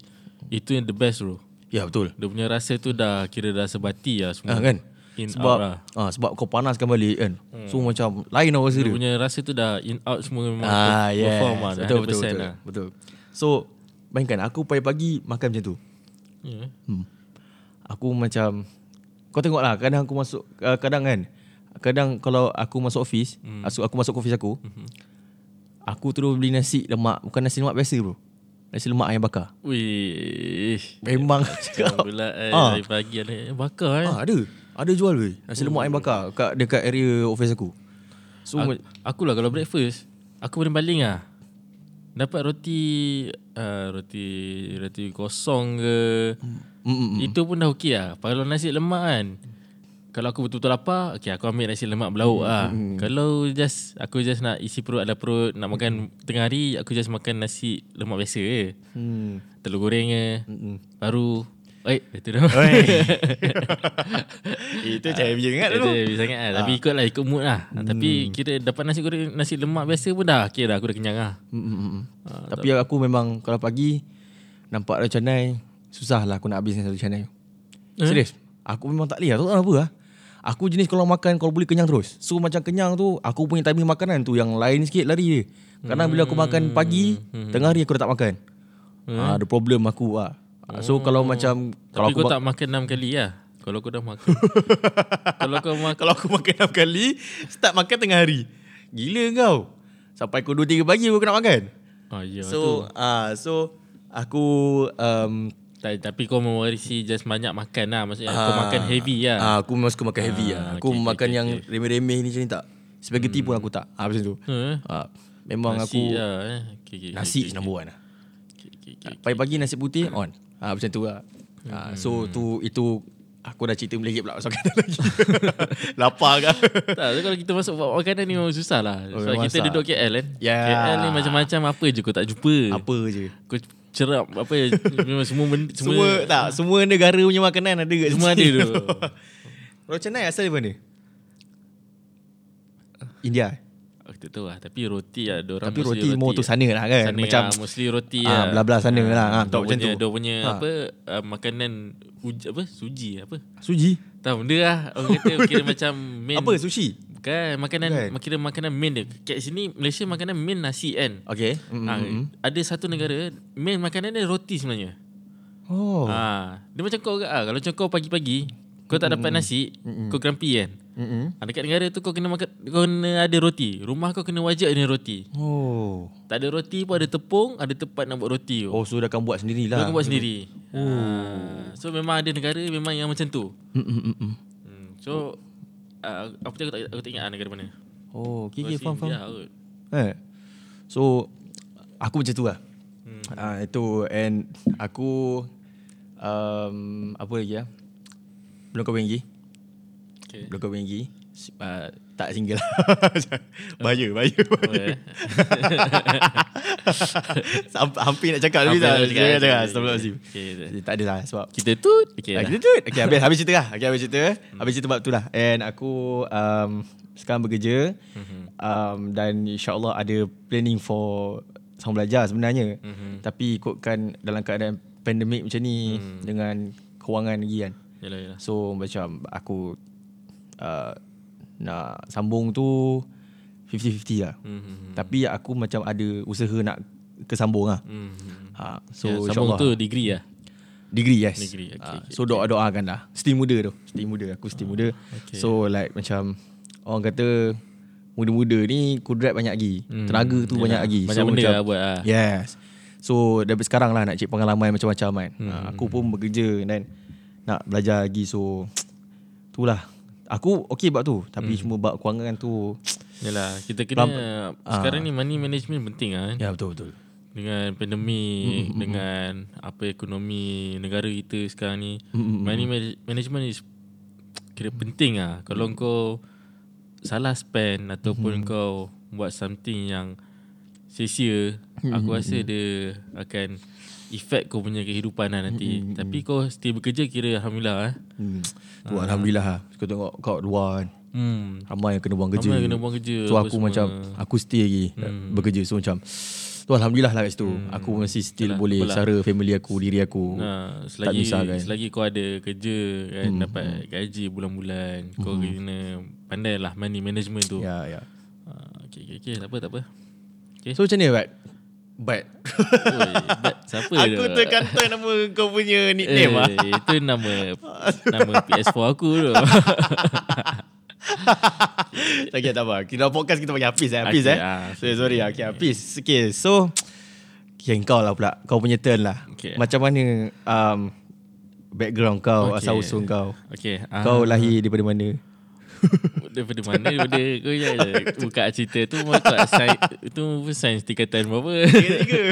Speaker 2: Itu yang the best bro
Speaker 1: Ya betul
Speaker 2: Dia punya rasa tu dah Kira dah sebati lah semua
Speaker 1: ha, Kan
Speaker 2: In
Speaker 1: sebab
Speaker 2: out lah
Speaker 1: ah, sebab kau panaskan balik kan. Hmm. So macam lain lah rasa
Speaker 2: Dia
Speaker 1: dia.
Speaker 2: punya rasa tu dah in out semua memang
Speaker 1: Ah,
Speaker 2: per-
Speaker 1: yes.
Speaker 2: perform lah dah
Speaker 1: betul, betul,
Speaker 2: 100%
Speaker 1: betul,
Speaker 2: lah.
Speaker 1: betul. So, bayangkan aku pagi-pagi makan macam tu.
Speaker 2: Ya.
Speaker 1: Hmm. Aku macam kau tengok lah kadang aku masuk uh, kadang kan kadang kalau aku masuk office hmm. aku, aku masuk office aku hmm. aku terus beli nasi lemak bukan nasi lemak biasa bro nasi lemak ayam bakar
Speaker 2: Wih.
Speaker 1: memang aku
Speaker 2: Kau
Speaker 1: cakap
Speaker 2: pula eh,
Speaker 1: Ah.
Speaker 2: dari pagi ada eh, bakar eh.
Speaker 1: ah, ada ada jual weh nasi lemak ayam bakar kat dekat area office aku so
Speaker 2: Aku, aku lah kalau breakfast, aku paling baling lah. Dapat roti uh, roti roti kosong ke.
Speaker 1: mm, mm,
Speaker 2: Itu pun dah okey lah. Kalau nasi lemak kan. Kalau aku betul-betul lapar, okay, aku ambil nasi lemak
Speaker 1: Mm,
Speaker 2: belauk lah. Kalau just aku just nak isi perut ada perut, nak makan tengah hari, aku just makan nasi lemak biasa je.
Speaker 1: hmm.
Speaker 2: Telur goreng ke
Speaker 1: Mm,
Speaker 2: Baru Eh Itu dah
Speaker 1: itu cari biar ingat
Speaker 2: Itu heavy sangat lah
Speaker 1: Ah.
Speaker 2: Tapi ikut lah Ikut mood lah
Speaker 1: Hmm.
Speaker 2: Tapi kira dapat nasi goreng Nasi lemak biasa pun dah Okay dah aku dah kenyang lah
Speaker 1: Tapi aku memang kalau pagi nampak ada canai, susah lah aku nak habiskan satu canai. Eh? Serius. Aku memang tak boleh lah. Tak tahu apa lah. Aku jenis kalau makan kalau boleh kenyang terus. So macam kenyang tu aku punya timing makanan tu yang lain sikit lari dia. Kadang bila aku makan pagi, tengah hari aku dah tak makan. Ah, ada problem aku ah. So kalau macam kalau
Speaker 2: Tapi
Speaker 1: aku
Speaker 2: kau
Speaker 1: ma-
Speaker 2: tak makan 6 kali lah Kalau kau dah makan Kalau kau makan
Speaker 1: kalau aku makan 6 kali, start makan tengah hari. Gila kau. Sampai pukul 2 3 pagi aku nak makan.
Speaker 2: oh, ya, so,
Speaker 1: So ah so aku um,
Speaker 2: Tapi kau mewarisi Just banyak makan lah Maksudnya kau makan heavy lah
Speaker 1: Ah, aku memang suka makan heavy lah. Aku
Speaker 2: okay, okay,
Speaker 1: makan
Speaker 2: okay,
Speaker 1: yang remeh-remeh ni macam ni tak. Spaghetti pun aku tak. Ah, macam tu.
Speaker 2: Eh,
Speaker 1: Ah, memang
Speaker 2: Nasi
Speaker 1: aku
Speaker 2: lah eh. okay, okay,
Speaker 1: nasi
Speaker 2: okay,
Speaker 1: number one lah.
Speaker 2: okay, okay, okay.
Speaker 1: Pagi-pagi nasi putih on. Ah, macam tu lah. Ah, so
Speaker 2: Hmm.
Speaker 1: tu itu aku dah cerita melejit pula pasal makanan lagi. Lapar kan.
Speaker 2: Tak, so kalau kita masuk bab makanan ni memang susah lah.
Speaker 1: Oh,
Speaker 2: Sebab
Speaker 1: memang
Speaker 2: kita
Speaker 1: susah.
Speaker 2: duduk KL kan.
Speaker 1: Ya.
Speaker 2: KL ni macam-macam apa je kau tak jumpa.
Speaker 1: Apa je.
Speaker 2: Kau cerap apa memang semua benda, semua,
Speaker 1: Semua tak, semua negara punya makanan ada kat
Speaker 2: semua ada
Speaker 1: sini.
Speaker 2: tu.
Speaker 1: Kalau Chennai asal dari mana? India.
Speaker 2: Aku tak tahu lah Tapi roti lah Diorang
Speaker 1: Tapi
Speaker 2: mostly
Speaker 1: roti more tu sana lah kan.
Speaker 2: Sana
Speaker 1: Macam
Speaker 2: lah, Mostly roti
Speaker 1: Ah,
Speaker 2: lah
Speaker 1: belah-belah sana
Speaker 2: Ah,
Speaker 1: lah. Ah,
Speaker 2: dia
Speaker 1: tak macam
Speaker 2: punya-
Speaker 1: tu.
Speaker 2: Dia punya
Speaker 1: Ah.
Speaker 2: apa ah, Makanan uj, Apa Suji apa
Speaker 1: suji.
Speaker 2: Tak benda lah Orang kata kira macam main
Speaker 1: Apa Kan. sushi?
Speaker 2: Bukan Makanan
Speaker 1: Bukan.
Speaker 2: Kira makanan main dia Kat sini Malaysia makanan main nasi kan
Speaker 1: Okay. Mm.
Speaker 2: Ah, Ada satu negara Main makanan dia roti sebenarnya
Speaker 1: Oh.
Speaker 2: Ha, dia macam kau juga ah. Kalau macam kau pagi-pagi kau tak dapat nasi, kau grumpy kan.
Speaker 1: Mm-mm.
Speaker 2: Ha, dekat negara tu kau kena makan kau kena ada roti. Rumah kau kena wajib ada roti.
Speaker 1: Oh.
Speaker 2: Tak ada roti pun ada tepung, ada tempat nak buat roti tu.
Speaker 1: Oh, Hmm. so dia akan buat
Speaker 2: Kau
Speaker 1: sendirilah.
Speaker 2: akan buat sendiri. Ha, so memang ada negara memang yang macam tu.
Speaker 1: Mm, mm, mm, mm.
Speaker 2: Hmm, So uh, apa tu aku tak aku tak ingat ah negara mana. ya,
Speaker 1: Oh, okay, okay,
Speaker 2: Mesti
Speaker 1: faham, faham.
Speaker 2: India kot.
Speaker 1: Eh. So, aku macam tu lah. Hmm. Uh, itu, and aku, um, apa lagi lah? Belum kahwin lagi.
Speaker 2: Okay.
Speaker 1: Belum kahwin lagi. S- Uh, tak single lah. bahaya, bahaya.
Speaker 2: Oh,
Speaker 1: ya.
Speaker 2: eh.
Speaker 1: Sampai, hampir nak cakap tapi
Speaker 2: Hampir
Speaker 1: tak. Jangan
Speaker 2: nak cakap, okay,
Speaker 1: cakap.
Speaker 2: okay,
Speaker 1: Astagfirullahaladzim.
Speaker 2: okay, okay.
Speaker 1: Tak ada lah sebab Ah,
Speaker 2: Kita tut. Okay, lah.
Speaker 1: Okay,
Speaker 2: dah.
Speaker 1: kita tut. Okay, habis, habis cerita lah. Okay, habis cerita. Hmm. Habis cerita bab tu lah. And aku um, sekarang bekerja.
Speaker 2: Hmm.
Speaker 1: Mm-hmm. Um, dan insyaAllah ada planning for sama belajar sebenarnya.
Speaker 2: Hmm.
Speaker 1: Mm-hmm. Tapi ikutkan dalam keadaan pandemik macam ni. Mm.
Speaker 2: Hmm.
Speaker 1: Dengan kewangan lagi kan.
Speaker 2: Yalah, yalah.
Speaker 1: So macam aku uh, nak sambung tu 50-50 lah. Mm-hmm. Tapi aku macam ada usaha nak kesambung lah. Mm.
Speaker 2: Hmm.
Speaker 1: Ha, so
Speaker 2: So, yeah,
Speaker 1: yeah,
Speaker 2: sambung
Speaker 1: insyaAllah.
Speaker 2: tu degree lah.
Speaker 1: Degree yes
Speaker 2: Degree, okay,
Speaker 1: Ah,
Speaker 2: okay,
Speaker 1: So doa-doakan lah Still muda tu Ah, Still muda Aku still muda
Speaker 2: okay.
Speaker 1: So like macam Orang kata Muda-muda ni Kudrat banyak lagi
Speaker 2: Hmm,
Speaker 1: Tenaga tu
Speaker 2: yelah.
Speaker 1: banyak lagi
Speaker 2: Banyak
Speaker 1: so,
Speaker 2: benda
Speaker 1: macam, Ya.
Speaker 2: lah buat lah.
Speaker 1: Yes So dari sekarang lah Nak cari pengalaman macam-macam kan hmm. Aku pun bekerja dan Nak belajar lagi so Itulah Aku okay bab tu Tapi hmm. cuma bab kewangan tu
Speaker 2: Yalah, kita kena
Speaker 1: ah.
Speaker 2: sekarang ni money management penting lah. kan.
Speaker 1: Ya betul-betul
Speaker 2: Dengan pandemik, dengan apa ekonomi negara kita sekarang ni, money manage- management is kira penting lah. Kalau kau salah spend ataupun kau buat something yang sia-sia, aku rasa dia akan effect kau punya kehidupan lah nanti. Tapi kau still bekerja kira alhamdulillah eh.
Speaker 1: hmm. Tu Alhamdulillah lah Kau tengok kau luar kan
Speaker 2: Hmm.
Speaker 1: Ramai yang kena buang kerja
Speaker 2: Ramai yang kena buang kerja,
Speaker 1: So
Speaker 2: apa
Speaker 1: aku
Speaker 2: semua.
Speaker 1: macam Aku still lagi hmm. Bekerja So macam Tu Alhamdulillah lah kat situ hmm. Aku masih still boleh Sara family aku Diri aku Tak kan?
Speaker 2: Nah, selagi
Speaker 1: misahkan.
Speaker 2: selagi kau ada kerja kan hmm. dapat gaji bulan-bulan, kau kena pandailah money management tu. Yeah.
Speaker 1: Hmm. Ya ya
Speaker 2: Uh, okay, okay, okay, tak apa, tak apa. Okay.
Speaker 1: So macam ni Bat Bat
Speaker 2: Oi, but siapa
Speaker 1: Aku
Speaker 2: tu?
Speaker 1: terkantai nama kau punya
Speaker 2: Eh,
Speaker 1: nickname lah
Speaker 2: itu nama nama PS4 aku tu.
Speaker 1: Tak kira tak apa Kita podcast kita panggil Hafiz eh Hafiz
Speaker 2: Okay,
Speaker 1: eh
Speaker 2: ah,
Speaker 1: Sorry sorry Okay Hafiz Okay so Okay kau lah pula Kau punya turn lah
Speaker 2: Okay.
Speaker 1: Macam mana um, Background kau
Speaker 2: Okay.
Speaker 1: Asal usul kau
Speaker 2: Okay. ah,
Speaker 1: Kau lahir daripada mana
Speaker 2: daripada mana daripada kau je je. buka cerita tu buka sains tu pun sains tingkatan berapa?
Speaker 1: Tiga-tiga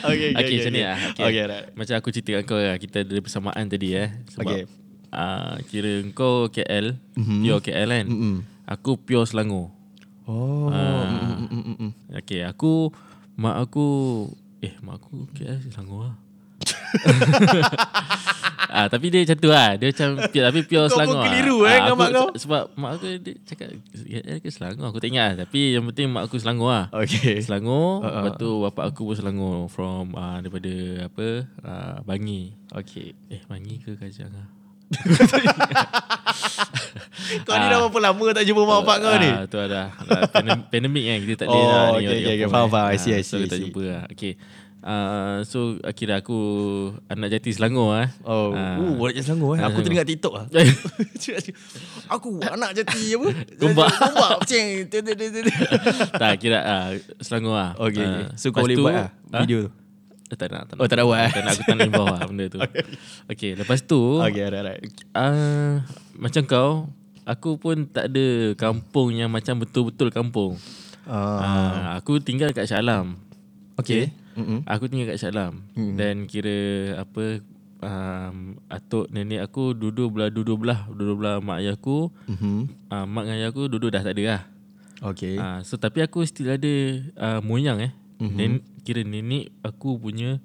Speaker 1: Okay, okay,
Speaker 2: Okay, macam ni lah.
Speaker 1: Okay, okay right.
Speaker 2: Macam aku cerita kat kau lah. Kita ada persamaan tadi eh. Sebab
Speaker 1: Okay.
Speaker 2: okay. Uh, kira kau KL,
Speaker 1: Mhm.
Speaker 2: mm-hmm. pure KL kan. Mm-hmm. Aku pure Selangor.
Speaker 1: Oh.
Speaker 2: Ah.
Speaker 1: mm,
Speaker 2: Okay, aku, mak aku, eh mak aku KL Selangor lah. ah, tapi dia macam tu lah Dia macam pure, Tapi
Speaker 1: Kau
Speaker 2: pure
Speaker 1: pun
Speaker 2: Selangor lah.
Speaker 1: keliru, eh, dengan
Speaker 2: aku-
Speaker 1: mak kau.
Speaker 2: se- Sebab mak aku dia cakap KL ke Selangor Aku tak ingat lah Tapi yang penting mak aku Selangor lah
Speaker 1: Okay. Ah,
Speaker 2: Selangor uh, Lepas tu bapak aku pun Selangor From uh, daripada apa uh, Bangi
Speaker 1: Okay.
Speaker 2: Eh Bangi ke Kajang lah
Speaker 1: Kau ni dah berapa lama tak jumpa mak bapak kau ni?
Speaker 2: Ah, Tu ada Lah, pandem- Pandemik kan Kita tak boleh
Speaker 1: Oh,
Speaker 2: lah
Speaker 1: okay,
Speaker 2: ni orang
Speaker 1: okay, okay.
Speaker 2: kampung
Speaker 1: Faham,
Speaker 2: kan.
Speaker 1: faham. I see,
Speaker 2: Ah,
Speaker 1: I
Speaker 2: So
Speaker 1: see, I
Speaker 2: kita
Speaker 1: see.
Speaker 2: jumpa lah Okay uh, So akhirnya aku Anak jati Selangor lah
Speaker 1: Oh,
Speaker 2: Ah.
Speaker 1: uh, orang jati Selangor eh.
Speaker 2: Ah,
Speaker 1: Aku
Speaker 2: Selangor.
Speaker 1: teringat TikTok lah. aku anak jati apa?
Speaker 2: Gombak.
Speaker 1: Gombak. Cing. Tu, tu, tu, tu, tu.
Speaker 2: Tak kira uh, Selangor lah
Speaker 1: Okay,
Speaker 2: Ah,
Speaker 1: okay. So kau
Speaker 2: lepas
Speaker 1: boleh
Speaker 2: tu-
Speaker 1: buat lah
Speaker 2: Ah?
Speaker 1: video tu.
Speaker 2: Eh, Tak nak, tak
Speaker 1: Oh,
Speaker 2: nak
Speaker 1: tak nak buat eh?
Speaker 2: Tak nak aku tak nak involve lah benda tu okay. okay lepas tu
Speaker 1: Okay, right, right.
Speaker 2: Ah, macam kau, aku pun tak ada kampung yang macam betul-betul kampung.
Speaker 1: Uh,
Speaker 2: Ah, aku tinggal kat Shah Alam.
Speaker 1: okay. Mm-mm.
Speaker 2: Aku tinggal kat Shah Alam. Dan kira apa um, atuk nenek aku duduk belah duduk belah duduk belah mak ayah aku.
Speaker 1: Mhm.
Speaker 2: Ah, mak dengan ayah aku duduk dah tak ada lah.
Speaker 1: Okay.
Speaker 2: Ah, so tapi aku still ada ah, moyang eh.
Speaker 1: Mm-hmm.
Speaker 2: Nen, kira nenek aku punya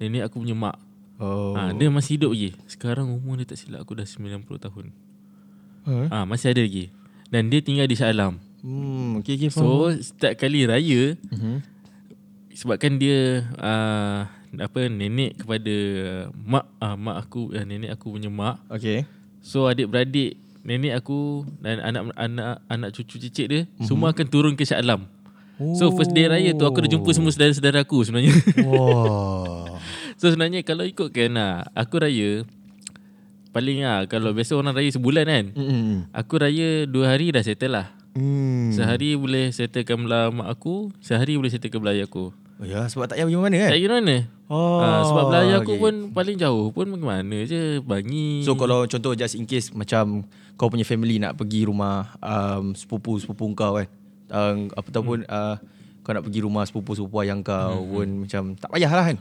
Speaker 2: nenek aku punya mak.
Speaker 1: Oh.
Speaker 2: Ah, dia masih hidup lagi. Sekarang umur dia tak silap aku dah 90 tahun.
Speaker 1: Huh?
Speaker 2: Ah ha, masih ada lagi. Dan dia tinggal di Shah Alam.
Speaker 1: Hmm, okay, okay. Faham.
Speaker 2: So setiap kali raya
Speaker 1: Mhm.
Speaker 2: sebabkan dia uh, apa nenek kepada mak uh, mak aku uh, nenek aku punya mak.
Speaker 1: Okay.
Speaker 2: So adik-beradik nenek aku dan anak-anak anak cucu cicit dia mm-hmm. semua akan turun ke Shah Alam. So first day raya tu aku dah jumpa semua saudara-saudara aku sebenarnya.
Speaker 1: Wah.
Speaker 2: so sebenarnya kalau ikutkan lah, aku raya paling lah kalau biasa orang raya sebulan kan.
Speaker 1: Mm-mm.
Speaker 2: Aku raya dua hari dah settle lah.
Speaker 1: Hmm.
Speaker 2: Sehari boleh settlekan belah mak aku Sehari boleh settlekan belah ayah aku
Speaker 1: Oh, ya, sebab tak payah pergi mana kan?
Speaker 2: Tak kira mana
Speaker 1: Oh,
Speaker 2: ha, Sebab belah ayah aku pun Paling jauh pun pergi mana je Bangi
Speaker 1: So kalau contoh just in case macam kau punya family nak pergi rumah um, sepupu-sepupu kau kan. Um, ataupun uh,
Speaker 2: Hmm.
Speaker 1: kau nak pergi rumah sepupu-sepupu ayah kau hmm. pun macam tak payahlah kan.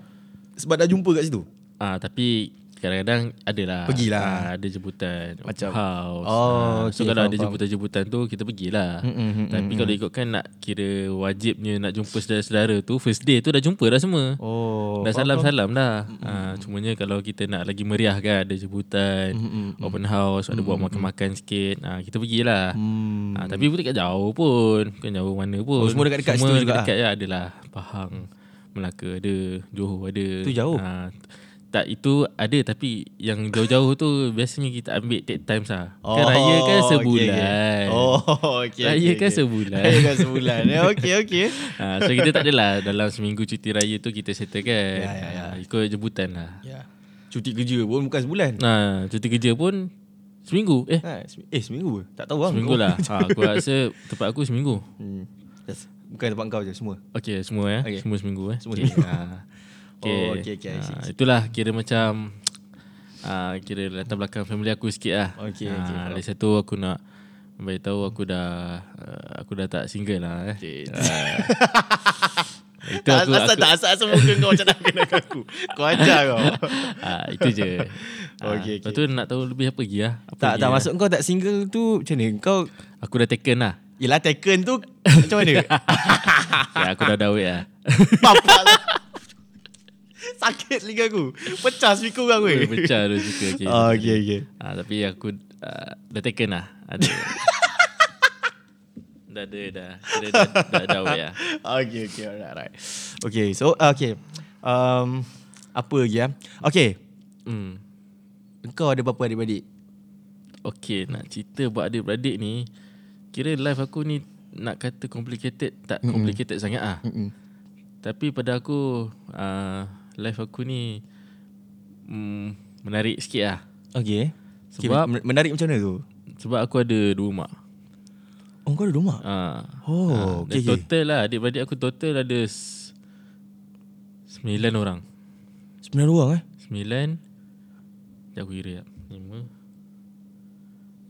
Speaker 1: Sebab dah jumpa kat situ.
Speaker 2: ha, Tapi Kadang-kadang adalah
Speaker 1: Pergilah.
Speaker 2: ha, Ada jemputan
Speaker 1: Macam-
Speaker 2: Macam house
Speaker 1: Oh,
Speaker 2: Ah,
Speaker 1: okay, faham,
Speaker 2: So kalau ada
Speaker 1: faham.
Speaker 2: jemputan-jemputan tu Kita pergilah
Speaker 1: Mm, mm, mm,
Speaker 2: Tapi kalau ikutkan nak kira Wajibnya nak jumpa saudara-saudara tu First day tu dah jumpa dah semua
Speaker 1: Oh.
Speaker 2: Dah salam-salam dah. Ha, cumanya kalau kita nak lagi meriah kan ada jemputan, open house, ada buat makan-makan sikit. Ha, kita pergilah.
Speaker 1: Hmm.
Speaker 2: Ha, tapi bukan dekat jauh pun. Bukan jauh mana
Speaker 1: Oh,
Speaker 2: pun.
Speaker 1: semua dekat-dekat
Speaker 2: semua
Speaker 1: situ juga
Speaker 2: dekat, dekat ya adalah Pahang, Melaka ada, Johor ada.
Speaker 1: Tu jauh.
Speaker 2: Ha, tak itu ada tapi yang jauh-jauh tu biasanya kita ambil take time lah. Oh, kan raya kan sebulan.
Speaker 1: Okay, okay. Oh, okay.
Speaker 2: Raya
Speaker 1: okay,
Speaker 2: kan
Speaker 1: okay.
Speaker 2: sebulan.
Speaker 1: Raya kan sebulan. Ya, okay, okay.
Speaker 2: ha, so kita tak adalah dalam seminggu cuti raya tu kita settle kan.
Speaker 1: Ya, ya, ya.
Speaker 2: Ha, ikut jemputan lah.
Speaker 1: Ya. Cuti kerja pun bukan sebulan.
Speaker 2: Ha, cuti kerja pun seminggu. Eh,
Speaker 1: Ha, se- eh, seminggu ke? Tak tahu bang.
Speaker 2: seminggu lah. Ha, aku rasa tempat aku seminggu.
Speaker 1: Hmm. Yes. Bukan tempat kau je semua.
Speaker 2: Okay, semua eh.
Speaker 1: Okay.
Speaker 2: Okay. Semua seminggu eh.
Speaker 1: Semua
Speaker 2: okay.
Speaker 1: seminggu.
Speaker 2: Ah.
Speaker 1: Oh, okay, okay, I see,
Speaker 2: Ah, itulah kira macam uh, kira latar belakang family aku sikit lah.
Speaker 1: Okay,
Speaker 2: Ah,
Speaker 1: okay, faham.
Speaker 2: Dari satu aku nak beritahu aku dah uh, aku dah tak single lah eh. Okay. itu
Speaker 1: Tak,
Speaker 2: aku,
Speaker 1: asal
Speaker 2: aku
Speaker 1: tak asal asal muka kau macam nak kena aku. Kau ajar kau.
Speaker 2: ah, itu je. Ah,
Speaker 1: Okay,
Speaker 2: Lepas tu nak tahu lebih apa lagi lah. Apa
Speaker 1: tak
Speaker 2: lagi
Speaker 1: tak
Speaker 2: lah.
Speaker 1: masuk kau tak single tu macam ni. Kau
Speaker 2: Aku dah taken lah.
Speaker 1: Yelah Tekken tu macam mana?
Speaker 2: ya, aku dah dawit lah.
Speaker 1: Bapak lah. Sakit liga aku. Pecah speaker orang weh.
Speaker 2: Boleh pecah tu suka. Okay,
Speaker 1: Ah, okay, okay.
Speaker 2: Ah, tapi aku uh, dah taken lah. Ada. dah ada dah. Kira dah dah dah ya.
Speaker 1: Okay, okay, alright, alright. Okay, so, uh, okay. Um, apa lagi ya? Okay,
Speaker 2: Hmm.
Speaker 1: kau ada berapa adik-adik?
Speaker 2: Okay, nak cerita buat adik-beradik ni. Kira life aku ni nak kata complicated tak complicated sangat ah.
Speaker 1: Mm-mm.
Speaker 2: Tapi pada aku uh, life aku ni mm, menarik sikit ah.
Speaker 1: Okay.
Speaker 2: Sebab-
Speaker 1: okay, men- menarik macam mana tu?
Speaker 2: Sebab aku ada dua mak.
Speaker 1: Oh, kau ada dua mak?
Speaker 2: Ah.
Speaker 1: Oh, okay,
Speaker 2: okay,
Speaker 1: okay.
Speaker 2: total lah adik-beradik aku total ada s- sembilan orang.
Speaker 1: Sembilan orang eh?
Speaker 2: Sembilan Sekejap aku kira sekejap. Lima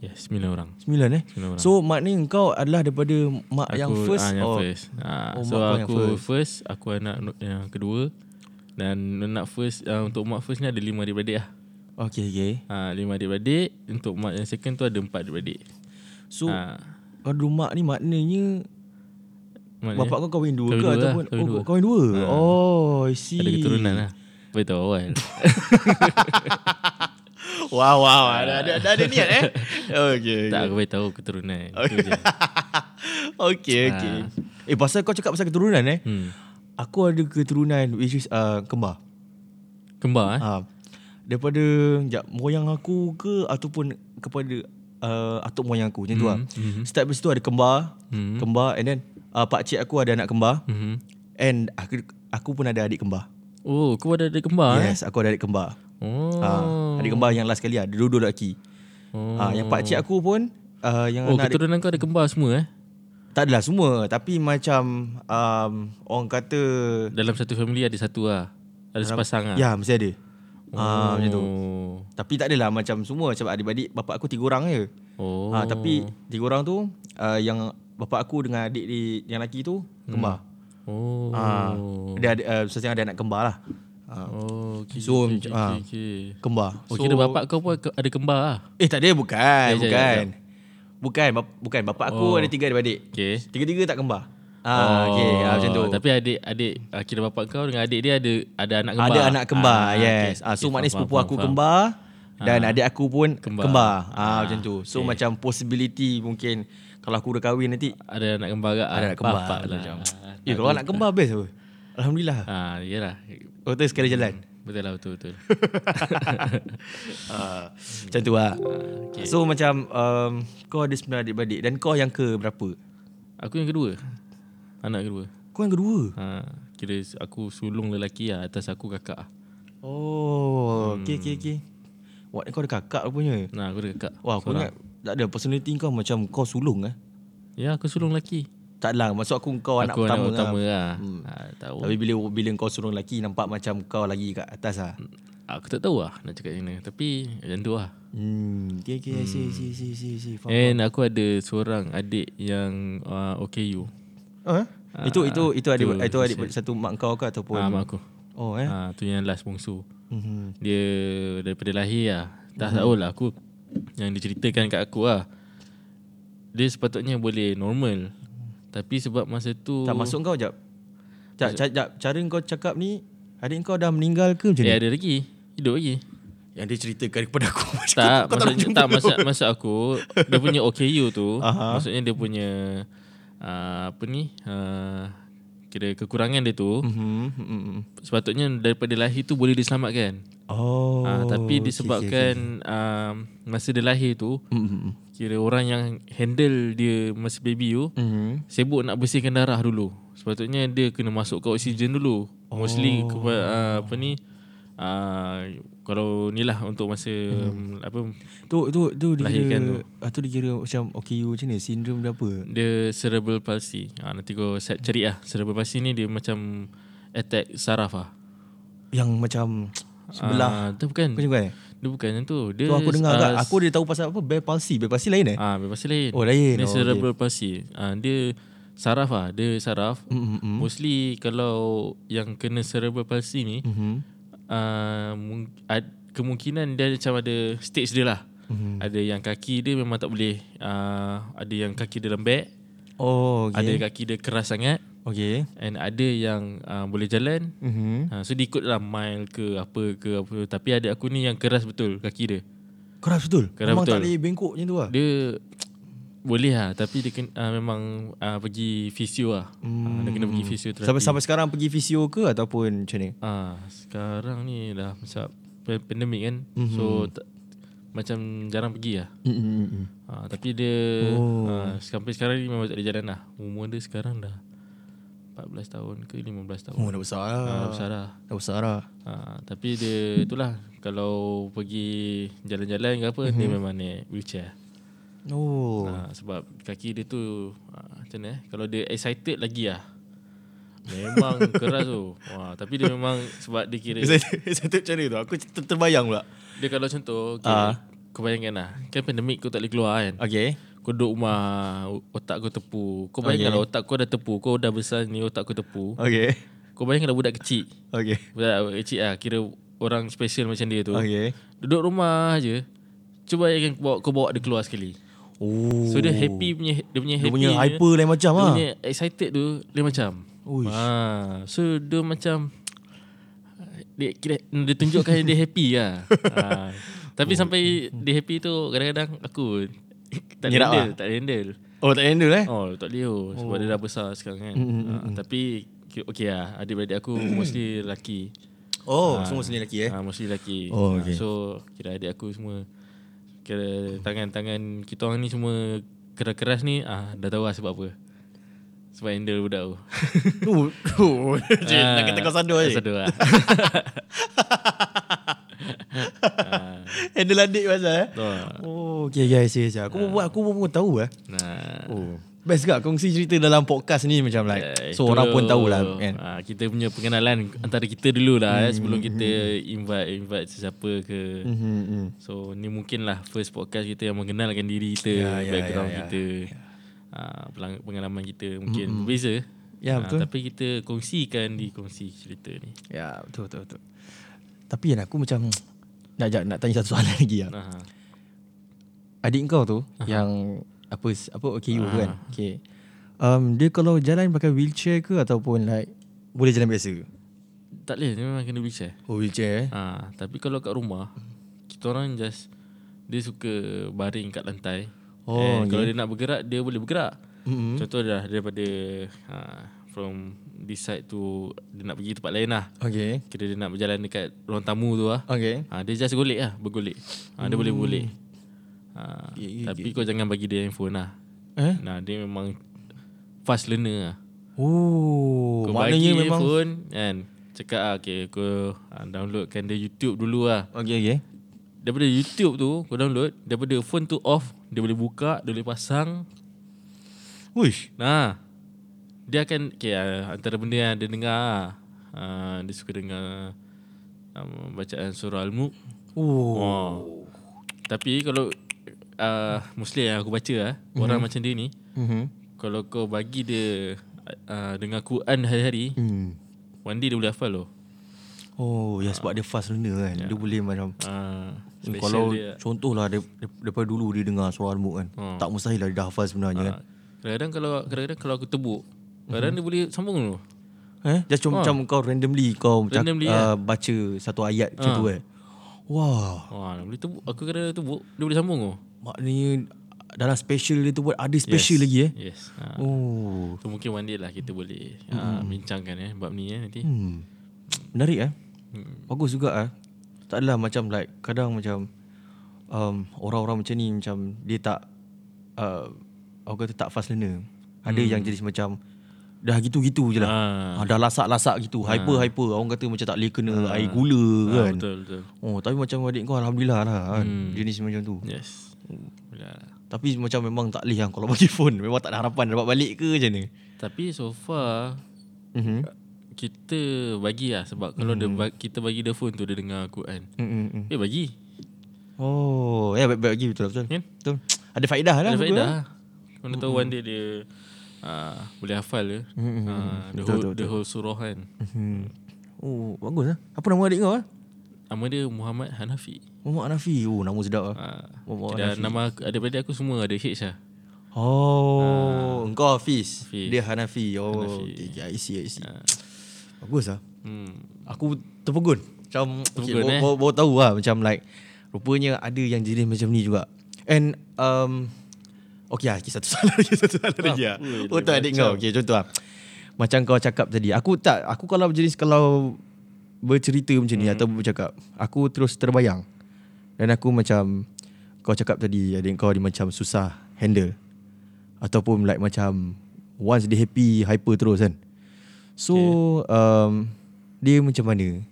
Speaker 2: Ya yeah, sembilan orang
Speaker 1: Sembilan eh?
Speaker 2: Sembilan orang
Speaker 1: So, maknanya kau adalah daripada mak yang first?
Speaker 2: ah, yang
Speaker 1: or-
Speaker 2: first. Ah,
Speaker 1: Oh, mak
Speaker 2: So
Speaker 1: kau yang
Speaker 2: aku first. Aku anak nu- yang kedua Dan anak first ah, Untuk mak first ni ada lima adik-beradik lah
Speaker 1: Okay, okay.
Speaker 2: ah, Lima adik-beradik Untuk mak yang second tu ada empat adik-beradik
Speaker 1: So,
Speaker 2: ah,
Speaker 1: kau ada dua mak ni maknanya
Speaker 2: maknanya
Speaker 1: Bapak kau kahwin dua ke
Speaker 2: Kahwin dua
Speaker 1: ataupun
Speaker 2: lah, kahwin
Speaker 1: oh,
Speaker 2: dua.
Speaker 1: kau kahwin dua? Oh, I see.
Speaker 2: Ada keturunan lah Betul awal
Speaker 1: Wow, wow. Ada, ada, ada, ada niat eh? Okay,
Speaker 2: Tak
Speaker 1: okay.
Speaker 2: aku bagi tahu keturunan Itu je
Speaker 1: okay,
Speaker 2: Ha.
Speaker 1: okay. Eh, pasal kau cakap pasal keturunan eh.
Speaker 2: hmm.
Speaker 1: Aku ada keturunan which is uh, kembar.
Speaker 2: Kembar eh?
Speaker 1: Ha. Daripada jap, moyang aku ke ataupun kepada uh, atuk moyang aku macam tu lah.
Speaker 2: Hmm,
Speaker 1: Mm-hmm. Start dari situ ada kembar, mm-hmm. kembar and then uh, pak cik aku ada anak kembar
Speaker 2: Mhm.
Speaker 1: and aku aku pun ada adik kembar.
Speaker 2: Oh kau ada ada kembar eh?
Speaker 1: Yes, aku ada adik kembar.
Speaker 2: Oh
Speaker 1: Ha, adik kembar yang last kali ada dua-dua lelaki.
Speaker 2: Oh.
Speaker 1: Ha, yang pak cik aku pun uh, yang
Speaker 2: Oh
Speaker 1: anak adik,
Speaker 2: keturunan kau ada kembar semua eh
Speaker 1: tak adalah semua tapi macam um, orang kata
Speaker 2: Dalam satu family ada satu lah Ada sepasang lah
Speaker 1: ya mesti ada. Oh. Ha, macam tu.
Speaker 2: Oh,
Speaker 1: Tapi tak adalah macam semua macam adik-adik bapak aku tiga orang je.
Speaker 2: oh.
Speaker 1: Ha, tapi tiga orang tu uh, yang bapak aku dengan adik di, yang lelaki tu kembar. Hmm.
Speaker 2: oh.
Speaker 1: Ha, dia ada uh, sesiang ada anak kembar lah. Ha,
Speaker 2: Oh, okay,
Speaker 1: So,
Speaker 2: okay, okay,
Speaker 1: ah.
Speaker 2: okay, okay.
Speaker 1: kembar.
Speaker 2: Oh, kira bapak kau pun ke- ada kembar lah.
Speaker 1: Eh tak ada bukan,
Speaker 2: Ya, ya,
Speaker 1: bukan. Bukan bap- bukan bapak aku
Speaker 2: Oh.
Speaker 1: ada tiga adik-adik.
Speaker 2: Okay.
Speaker 1: Tiga-tiga tak kembar. Ah oh, okey ha, macam tu.
Speaker 2: Tapi adik adik ah, kira bapak kau dengan adik dia ada ada anak kembar.
Speaker 1: Ada anak kembar,
Speaker 2: Ah,
Speaker 1: yes.
Speaker 2: okay,
Speaker 1: Ah, so
Speaker 2: okay,
Speaker 1: maknanya
Speaker 2: faham,
Speaker 1: sepupu
Speaker 2: faham,
Speaker 1: aku
Speaker 2: faham.
Speaker 1: kembar dan adik aku pun kembar.
Speaker 2: Kembar.
Speaker 1: kembar. Ah, macam tu. So macam possibility mungkin kalau aku dah kahwin nanti
Speaker 2: Ada anak kembar agak.
Speaker 1: ada anak kembar.
Speaker 2: Bapak lah.
Speaker 1: Macam. Eh kalau anak kembar best apa? Alhamdulillah.
Speaker 2: Ah, yalah.
Speaker 1: Kau tu sekali jalan.
Speaker 2: Betul lah betul betul.
Speaker 1: Ah, macam tu lah. Okay. So macam um, kau ada sembilan adik-beradik dan kau yang ke berapa?
Speaker 2: aku yang kedua. Anak kedua.
Speaker 1: Kau yang kedua.
Speaker 2: Ha, kira s- aku sulung lelaki lah atas aku kakak. lah.
Speaker 1: Oh, okey okey okey. Wah, kau ada kakak rupanya.
Speaker 2: Nah, aku ada kakak.
Speaker 1: Wah, aku ingat tak ada personality kau macam kau sulung eh.
Speaker 2: Ya, aku sulung lelaki.
Speaker 1: Tak lah, maksud aku kau anak
Speaker 2: aku
Speaker 1: pertama.
Speaker 2: anak
Speaker 1: lah.
Speaker 2: utama lah. Ha, tahu.
Speaker 1: Tapi bila bila kau sulung lelaki nampak macam kau lagi kat atas ah.
Speaker 2: Aku tak tahu lah nak cakap mana. Tapi macam tu lah.
Speaker 1: Hmm, okey okey hmm. si si si si si. Faham.
Speaker 2: And aku ada seorang adik yang uh, OKU.
Speaker 1: Huh? Ah, Itu itu itu adik itu adik satu mak kau ke ataupun
Speaker 2: Ah, mak aku.
Speaker 1: Oh eh.
Speaker 2: Ha, tu yang last bongsu.
Speaker 1: Mhm.
Speaker 2: Dia daripada lahir lah. Tak tahu lah aku. Yang diceritakan kat aku lah. Dia sepatutnya boleh normal. Tapi sebab masa tu...
Speaker 1: Tak masuk kau jap. Jap, jap, jap. Cara kau cakap ni, adik kau dah meninggal ke macam
Speaker 2: Eh,
Speaker 1: ni?
Speaker 2: ada lagi. Hidup lagi.
Speaker 1: Yang dia ceritakan kepada aku. macam
Speaker 2: Tak,
Speaker 1: kau- kau
Speaker 2: maksudnya
Speaker 1: jumpa.
Speaker 2: tak maksud maksud aku dia punya OKU tu,
Speaker 1: Aha.
Speaker 2: ah, maksudnya dia punya uh, apa ni? Uh, kira kekurangan dia tu mm.
Speaker 1: Mm-hmm. Mm-hmm.
Speaker 2: sepatutnya daripada lahir tu boleh diselamatkan.
Speaker 1: Oh.
Speaker 2: Oh, uh, tapi disebabkan okay, okay, Um, masa dia lahir tu
Speaker 1: Mm-hmm.
Speaker 2: kira orang yang handle dia masa baby tu
Speaker 1: Mm-hmm.
Speaker 2: sibuk nak bersihkan darah dulu. Sepatutnya dia kena masuk ke oksigen dulu. Oh. Mostly ke, uh, apa ni uh, kalau ni lah untuk masa um, apa
Speaker 1: Tu tu tu dikira
Speaker 2: Lahirkan
Speaker 1: tu.
Speaker 2: tu.
Speaker 1: Ah, tu dikira macam OKU macam ni sindrom dia apa?
Speaker 2: dia cerebral palsy. Ha, nanti kau set cari lah. Cerebral palsy ni dia macam attack saraf lah.
Speaker 1: Yang macam sebelah
Speaker 2: Ah, tu bukan.
Speaker 1: uh, macam kan?
Speaker 2: Dia bukan yang tu. Dia,
Speaker 1: Tu aku dengar kat
Speaker 2: ah,
Speaker 1: aku dia tahu pasal apa Bear palsy. Bear palsy lain eh?
Speaker 2: Ah, memang pasal lain.
Speaker 1: Oh, lain.
Speaker 2: Ni
Speaker 1: Oh,
Speaker 2: cerebral palsy. Ah, dia saraf ah, dia saraf.
Speaker 1: Mm-hmm.
Speaker 2: Mostly kalau yang kena cerebral palsy ni,
Speaker 1: Mm-hmm.
Speaker 2: ah, mung- ad- kemungkinan dia macam ada stage dia lah.
Speaker 1: Mhm.
Speaker 2: Ada yang kaki dia memang tak boleh. Ah, ada yang kaki dia lembek,
Speaker 1: Oh, okay.
Speaker 2: ada kaki dia keras sangat
Speaker 1: Okay.
Speaker 2: and ada yang ah, boleh jalan.
Speaker 1: Mm-hmm.
Speaker 2: Ha, so diikut lah mile ke apa ke apa tapi adik aku ni yang keras betul kaki dia.
Speaker 1: Keras betul.
Speaker 2: Keras
Speaker 1: Memang tak
Speaker 2: betul.
Speaker 1: boleh bengkok macam
Speaker 2: Ah.
Speaker 1: tu lah.
Speaker 2: Dia boleh lah tapi dia kena, uh, memang uh, pergi fisio lah. Hmm. dia kena pergi fisioterapi.
Speaker 1: Sampai sampai sekarang pergi fisio ke ataupun macam ni?
Speaker 2: Ah, sekarang ni dah macam pa- pandemik kan. Mm-hmm. So ta- macam jarang pergi lah.
Speaker 1: Mm-hmm.
Speaker 2: Ah, tapi dia oh. ah, sampai sekarang ni memang tak ada jalan lah. Umur dia sekarang dah 14 tahun ke 15 tahun.
Speaker 1: Oh, dah besar lah.
Speaker 2: Ah, dah besar dah.
Speaker 1: Dah besar lah.
Speaker 2: Ha, tapi dia itulah kalau pergi jalan-jalan ke apa mm-hmm. dia memang naik wheelchair.
Speaker 1: Oh.
Speaker 2: Ha, sebab kaki dia tu ha, macam mana eh kalau dia excited lagi ah. Memang keras tu. Wah, tapi dia memang sebab dia kira
Speaker 1: Satu macam ni tu. Aku ter- terbayang pula.
Speaker 2: dia kalau contoh okay,
Speaker 1: Ah.
Speaker 2: kau bayangkan lah kan pandemik kau tak boleh keluar kan.
Speaker 1: Okay.
Speaker 2: Kau duduk rumah otak kau tepu. Kau bayangkan okay. lah otak kau dah tepu. Kau dah besar ni otak kau tepu.
Speaker 1: Okay.
Speaker 2: Kau bayangkan lah budak kecil.
Speaker 1: Okay.
Speaker 2: Budak kecil lah kira orang special macam dia tu.
Speaker 1: Okay.
Speaker 2: Duduk rumah je Cuba yang bawa, kau bawa dia keluar sekali
Speaker 1: Oh.
Speaker 2: So dia happy punya Dia punya
Speaker 1: Dia
Speaker 2: happy
Speaker 1: punya hyper lain macam
Speaker 2: Dia
Speaker 1: lah.
Speaker 2: punya excited tu Dia macam
Speaker 1: Uish.
Speaker 2: ha, So dia macam dia, dia, dia tunjukkan dia happy lah ha. Tapi sampai dia happy tu Kadang-kadang aku Tak boleh
Speaker 1: Nyerak
Speaker 2: handle Tak boleh handle
Speaker 1: Oh, tak handle eh?
Speaker 2: Oh tak boleh oh, Sebab dia dah besar sekarang kan
Speaker 1: Mm,
Speaker 2: ha, Tapi Okay lah Adik-beradik aku mostly lelaki
Speaker 1: Oh, semua sini lelaki eh.
Speaker 2: Ah, mostly lelaki.
Speaker 1: Oh,
Speaker 2: Ah,
Speaker 1: okay.
Speaker 2: so kira adik aku semua kira tangan-tangan kita orang ni semua keras-keras ni ah dah tahu lah sebab apa. Sebab handle budak tu.
Speaker 1: Oh, oh. Cik, nak kata kau sado eh.
Speaker 2: Sadu lah.
Speaker 1: Handle adik pasal eh.
Speaker 2: Tahu tak?
Speaker 1: Oh, okay guys, yes, yes. Aku pun buat, aku pun tahu eh.
Speaker 2: nah.
Speaker 1: Oh. Best gak kongsi cerita dalam podcast ni macam like
Speaker 2: eh,
Speaker 1: so
Speaker 2: itu
Speaker 1: orang pun tahu lah kan.
Speaker 2: Ah, kita punya pengenalan antara kita dulu lah eh, sebelum kita invite invite sesiapa ke.
Speaker 1: Hmm, hmm.
Speaker 2: So ni mungkin lah first podcast kita yang mengenalkan diri kita,
Speaker 1: Ya,
Speaker 2: yeah,
Speaker 1: ya,
Speaker 2: background
Speaker 1: ya, Hmm,
Speaker 2: yeah, kita, yeah. Uh, pengalaman kita mungkin mm-hmm. berbeza.
Speaker 1: Ya,
Speaker 2: Ah,
Speaker 1: betul.
Speaker 2: Tapi kita kongsikan di kongsi cerita ni.
Speaker 1: Ya, betul betul betul. Tapi kan aku macam nak ajak- nak tanya satu soalan lagi ah.
Speaker 2: Nah,
Speaker 1: Adik kau tu yang apa apa OKU tu kan. Okay. Um, dia kalau jalan pakai wheelchair ke ataupun like boleh jalan biasa ke?
Speaker 2: tak boleh, dia memang kena wheelchair.
Speaker 1: Oh wheelchair eh.
Speaker 2: Ah, tapi kalau kat rumah, kita orang just dia suka baring kat lantai.
Speaker 1: Oh,
Speaker 2: And kalau
Speaker 1: okay.
Speaker 2: dia nak bergerak, dia boleh bergerak.
Speaker 1: Hmm.
Speaker 2: Mm-hmm. Contoh dah daripada uh, from this side tu dia nak pergi tempat lain lah.
Speaker 1: Okay.
Speaker 2: Kira dia nak berjalan dekat ruang tamu tu lah.
Speaker 1: Okay.
Speaker 2: Ha, dia just golek lah, bergolek. Ha, dia boleh
Speaker 1: Hmm.
Speaker 2: bergolek. Ha,
Speaker 1: Ya, ya,
Speaker 2: tapi kau jangan bagi dia handphone lah.
Speaker 1: Eh?
Speaker 2: Nah, dia memang fast learner lah.
Speaker 1: Oh,
Speaker 2: Kau
Speaker 1: maknanya
Speaker 2: bagi
Speaker 1: memang
Speaker 2: handphone kan, cakap lah, okay, kau ha, downloadkan dia YouTube dulu lah.
Speaker 1: Okay, okay.
Speaker 2: Daripada YouTube tu, kau download, daripada phone tu off, dia boleh buka, dia boleh pasang.
Speaker 1: Wish.
Speaker 2: Nah, dia akan, okay, ah, antara benda yang dia dengar lah. Ha, dia suka dengar um, bacaan surah Al-Mulk.
Speaker 1: Oh.
Speaker 2: Oh. Tapi kalau uh, Muslim yang aku baca ah, mm-hmm. orang macam dia ni,
Speaker 1: Mhm.
Speaker 2: kalau kau bagi dia uh, dengar Quran hari-hari,
Speaker 1: Hmm.
Speaker 2: one day dia boleh hafal loh.
Speaker 1: Oh, ya sebab dia fast learner kan. Dia boleh macam
Speaker 2: Uh,
Speaker 1: Eh, Kalau
Speaker 2: dia.
Speaker 1: dia. contohlah dia, daripada dulu dia dengar surah Al-Mulk kan. Hmm. Tak mustahil lah dia dah hafal sebenarnya kan.
Speaker 2: ah, Kadang-kadang kalau kadang-kadang kalau aku tebuk, kadang-kadang
Speaker 1: Mhm.
Speaker 2: dia boleh sambung loh.
Speaker 1: Eh? Just cuma macam kau randomly kau macam
Speaker 2: Randomly,
Speaker 1: uh, baca satu ayat macam tu eh. Wah,
Speaker 2: Ah, Wah, dia boleh tebuk. Aku kadang-kadang tebuk, dia boleh sambung loh.
Speaker 1: maknanya dalam special dia tu pun ada special yes. lagi eh.
Speaker 2: Yes. Ha.
Speaker 1: Oh.
Speaker 2: So mungkin one day lah kita boleh mm. uh, bincangkan eh bab ni eh nanti.
Speaker 1: Hmm. Menarik eh. Bagus juga eh. Tak adalah macam like kadang macam um, orang-orang macam ni macam dia tak uh, aku kata tak fast learner. Ada yang jenis macam dah gitu-gitu je lah.
Speaker 2: Hmm. Ah.
Speaker 1: Ah, dah lasak-lasak gitu. Hyper-hyper. Orang kata macam tak boleh kena air gula
Speaker 2: Ah,
Speaker 1: kan.
Speaker 2: betul Hmm. betul.
Speaker 1: Oh, tapi macam adik kau Alhamdulillah lah kan. Jenis macam tu.
Speaker 2: Ya. Yes. Bila lah.
Speaker 1: Tapi macam memang tak boleh kan kalau bagi phone. Memang tak ada harapan dapat balik ke macam
Speaker 2: Ya.
Speaker 1: ni.
Speaker 2: Tapi so far
Speaker 1: Mm-hmm.
Speaker 2: kita bagi lah sebab kalau
Speaker 1: Hmm.
Speaker 2: dia ba- kita bagi dia phone tu dia dengar Quran.
Speaker 1: Mm-hmm.
Speaker 2: Eh bagi.
Speaker 1: Oh, ya baik-baik lagi betul betul.
Speaker 2: Kan?
Speaker 1: Betul. Ada faedah lah. Hmm.
Speaker 2: Ada
Speaker 1: apa-apa.
Speaker 2: faedah. Kau nak tahu one day dia uh, boleh hafal ke?
Speaker 1: Mm-mm.
Speaker 2: Uh, the,
Speaker 1: hmm, Betul,
Speaker 2: whole,
Speaker 1: betul,
Speaker 2: the whole surah kan.
Speaker 1: Hmm. Oh, bagus lah. Apa nama adik kau ah?
Speaker 2: Nama dia Muhammad Hanafi.
Speaker 1: Muhammad Hanafi. Oh, nama sedap ah.
Speaker 2: Uh,
Speaker 1: Muhammad
Speaker 2: dan nama aku, adik-adik aku semua ada H lah.
Speaker 1: Oh, engkau Hafiz.
Speaker 2: Ah. Hafiz.
Speaker 1: Dia Hanafi. Oh,
Speaker 2: Hanafi. Ah.
Speaker 1: Okay, okay, I see, I see. Bagus lah.
Speaker 2: Hmm.
Speaker 1: Aku terpegun. Macam okay,
Speaker 2: Terpegun,
Speaker 1: baru,
Speaker 2: eh?
Speaker 1: baru, baru tahu lah macam like rupanya ada yang jenis macam ni juga. And um Okay lah, okay, satu salah lagi, satu salah lagi lah.
Speaker 2: Apa
Speaker 1: Untuk
Speaker 2: dia
Speaker 1: adik
Speaker 2: macam?
Speaker 1: kau, okay, contoh lah. Macam kau cakap tadi, aku tak, aku kalau jenis kalau bercerita macam
Speaker 2: Hmm.
Speaker 1: ni atau bercakap, aku terus terbayang. Dan aku macam, kau cakap tadi adik kau dia macam susah handle. Ataupun like macam, once dia happy, hyper terus kan. So um, Dia macam mana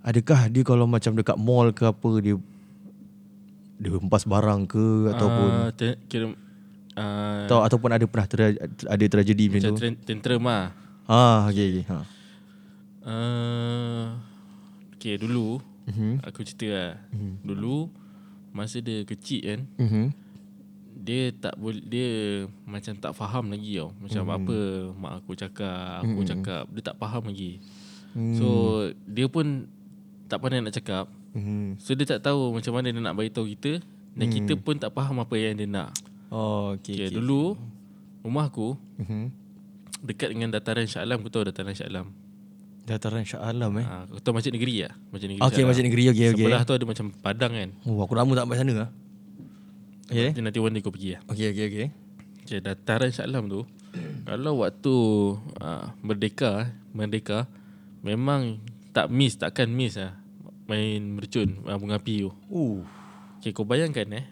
Speaker 1: Adakah dia kalau macam dekat mall ke apa Dia Dia hempas barang ke Ataupun
Speaker 2: Ah, te- kira uh,
Speaker 1: atau, Ataupun ada pernah tra- Ada tragedi macam
Speaker 2: macam
Speaker 1: tu
Speaker 2: tren- tantrum lah.
Speaker 1: Ah, okay, okay. Ha.
Speaker 2: Uh, okay, dulu mm-hmm. aku cerita lah. Mm-hmm. Dulu masa dia kecil kan,
Speaker 1: Mm-hmm.
Speaker 2: dia tak boleh dia macam tak faham lagi tau. Macam mm-hmm. apa mak aku cakap, aku mm-hmm. cakap, dia tak faham lagi. Mm. So dia pun tak pandai nak cakap.
Speaker 1: Mm-hmm.
Speaker 2: So dia tak tahu macam mana dia nak beritahu kita dan mm. kita pun tak faham apa yang dia nak.
Speaker 1: Oh, okay,
Speaker 2: Okay, okay,
Speaker 1: okay.
Speaker 2: dulu rumah aku
Speaker 1: Mm-hmm.
Speaker 2: dekat dengan dataran Shah Alam, kau tahu dataran Shah Alam?
Speaker 1: Dataran Shah Alam eh.
Speaker 2: Ah, kau tahu Masjid Negeri lah Masjid Negeri
Speaker 1: Okay,
Speaker 2: Shah Alam.
Speaker 1: Masjid Negeri, okay, Ya, okay.
Speaker 2: Sebelah tu ada macam padang kan.
Speaker 1: Oh, aku lama tak pergi sana lah.
Speaker 2: Yeah.
Speaker 1: Yeah.
Speaker 2: Nanti one day kau pergi lah.
Speaker 1: Okay, okay, okay.
Speaker 2: Okay, dataran Shah Alam tu kalau waktu uh, merdeka, merdeka memang tak miss, takkan miss lah main mercun, uh, bunga api tu.
Speaker 1: Uh.
Speaker 2: Okay, kau bayangkan eh.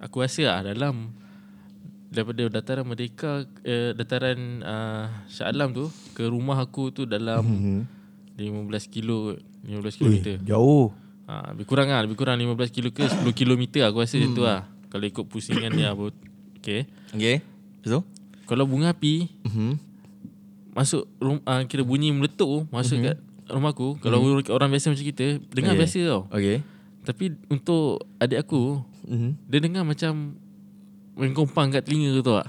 Speaker 2: Aku rasa lah dalam daripada dataran merdeka eh, dataran uh, Shah Alam tu ke rumah aku tu dalam
Speaker 1: Mm-hmm.
Speaker 2: 15 kilo 15 kilometer.
Speaker 1: Eh, Jauh.
Speaker 2: Ha, lebih kurang lah Lebih kurang 15 kilo ke 10 kilometer Aku rasa hmm. tu lah Kalau ikut pusingan dia apa. Okay
Speaker 1: Okay. Lepas tu?
Speaker 2: Kalau bunga api
Speaker 1: Mm-hmm.
Speaker 2: Masuk rum, uh, Kira bunyi meletup tu, Masuk kat rumah aku Kalau hmm. orang biasa macam kita Dengar
Speaker 1: Okay.
Speaker 2: yeah. biasa tau
Speaker 1: Okay.
Speaker 2: Tapi untuk adik aku
Speaker 1: Mm-hmm.
Speaker 2: Dia dengar macam Mengkompang kat telinga tu tak